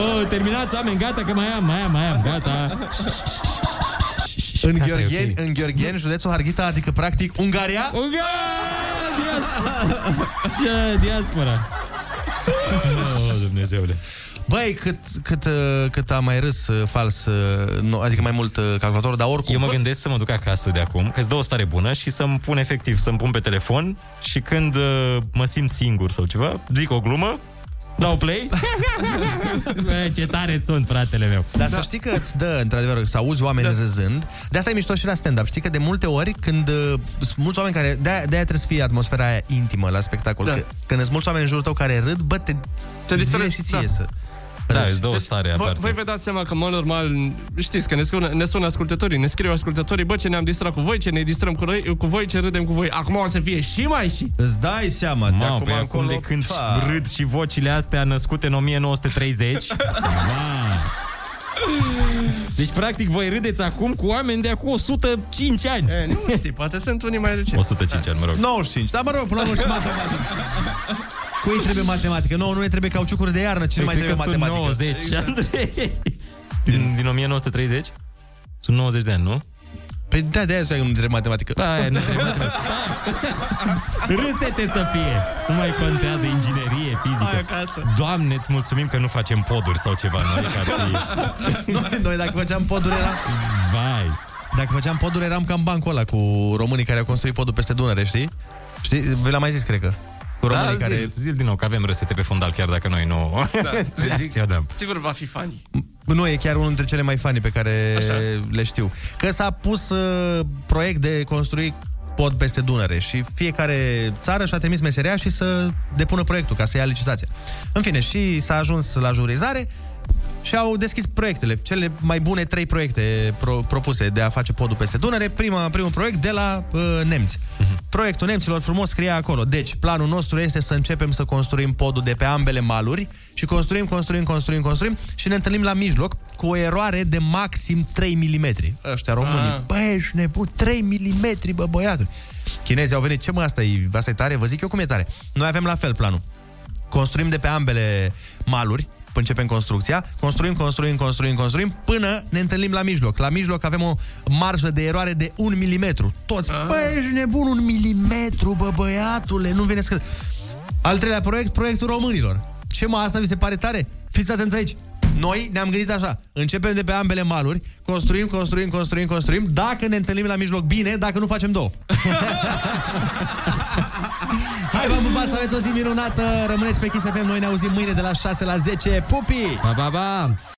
Speaker 4: Oh, terminați, oameni, gata că mai am, mai am, mai am, gata.
Speaker 3: În
Speaker 4: Gata, e
Speaker 3: Gheorgheni,
Speaker 4: ok.
Speaker 3: în Gheorgheni, județul Harghita, adică practic Ungaria.
Speaker 4: Ungaria! Diaspora. Oh, Dumnezeule.
Speaker 3: Băi, cât, cât, uh, cât a mai râs uh, fals, uh, nu, adică mai mult uh, calculatorul, dar oricum...
Speaker 4: Eu mă gândesc să mă duc acasă de acum, că-ți dă o stare bună și să-mi pun efectiv, să-mi pun pe telefon și când uh, mă simt singur sau ceva, zic o glumă Dau play? Bă, Ce tare sunt, fratele meu.
Speaker 3: Dar da. să știi că îți dă, într-adevăr, să auzi oameni da. râzând. De asta e mișto și la stand-up. Știi că de multe ori, când uh, sunt mulți oameni care... De-aia, de-aia trebuie să fie atmosfera aia intimă la spectacol. Da. Că, când sunt mulți oameni în jurul tău care râd, bă, te, te
Speaker 5: distrezi,
Speaker 3: și ție
Speaker 5: da.
Speaker 3: să...
Speaker 4: Da, îți dă o stare
Speaker 5: Voi,
Speaker 4: aparte.
Speaker 5: voi deci, vă dați seama că, mă, normal, știți că ne sună, ne sună ascultătorii, ne scriu ascultătorii, bă, ce ne-am distrat cu voi, ce ne distrăm cu, noi, cu voi, ce râdem cu voi. Acum o să fie și mai și.
Speaker 3: Îți dai seama,
Speaker 4: Mă, acum, păi acum de când
Speaker 5: pa.
Speaker 4: râd și vocile astea născute în 1930. Va. Deci, practic, voi râdeți acum cu oameni de acum 105 ani.
Speaker 5: E, nu știi, poate sunt unii mai recenți.
Speaker 4: 105 ani, mă rog.
Speaker 3: 95, dar mă rog, până la urmă și matematică. Cui îi trebuie matematică? Nu, nu ne trebuie cauciucuri de iarnă, ce nu mai
Speaker 4: Păi,
Speaker 3: trebuie
Speaker 4: cred că sunt
Speaker 3: matematică.
Speaker 4: 90, Andrei. Din, din 1930? Sunt 90 de ani, nu?
Speaker 3: Păi da, de aia că nu trebuie matematică.
Speaker 4: Da, aia nu trebuie matematică. Râsete să fie! Nu mai contează inginerie, fizică.
Speaker 5: Hai acasă.
Speaker 4: Doamne, îți mulțumim că nu facem poduri sau ceva. Noi, că ar fi...
Speaker 3: noi, noi dacă făceam poduri era...
Speaker 4: Vai!
Speaker 3: Dacă făceam poduri eram cam bancul ăla cu românii care au construit podul peste Dunăre, știi? Știi? Vi l-am mai zis, cred că. Cu românii
Speaker 4: da,
Speaker 3: care...
Speaker 4: zi, zi din nou că avem râsete pe fundal, chiar dacă noi nu...
Speaker 5: Da.
Speaker 4: Da. Da.
Speaker 5: Sigur va fi fani.
Speaker 3: Nu, e chiar unul dintre cele mai fani pe care
Speaker 5: Așa.
Speaker 3: Așa. le știu. Că s-a pus uh, proiect de construi pod peste Dunăre și fiecare țară și-a trimis meseria și să depună proiectul ca să ia licitația. În fine, și s-a ajuns la jurizare și au deschis proiectele, cele mai bune trei proiecte pro- propuse de a face podul peste Dunăre. Prima, primul proiect de la uh, nemți. Proiectul nemților frumos scria acolo. Deci, planul nostru este să începem să construim podul de pe ambele maluri și construim, construim, construim, construim și ne întâlnim la mijloc cu o eroare de maxim 3 mm. Ăștia românii,
Speaker 5: Ah.
Speaker 3: bă, ești nebun, 3 mm, bă, băiatul. Chinezii au venit, ce mă, asta e, asta e tare? Vă zic eu cum e tare. Noi avem la fel planul construim de pe ambele maluri, până începem construcția, construim, construim, construim, construim, până ne întâlnim la mijloc. La mijloc avem o marjă de eroare de un milimetru. Toți, bă, ești nebun, un milimetru, bă, băiatule, nu vine să cred. Al treilea proiect, proiectul românilor. Ce mă, asta vi se pare tare? Fiți atenți aici. Noi ne-am gândit așa, începem de pe ambele maluri, construim, construim, construim, construim, dacă ne întâlnim la mijloc bine, dacă nu facem două. Hai, v-am pupat, să aveți o zi minunată, rămâneți pe Kiss FM, noi ne auzim mâine de la 6 la 10, pupi! Pa, pa, pa!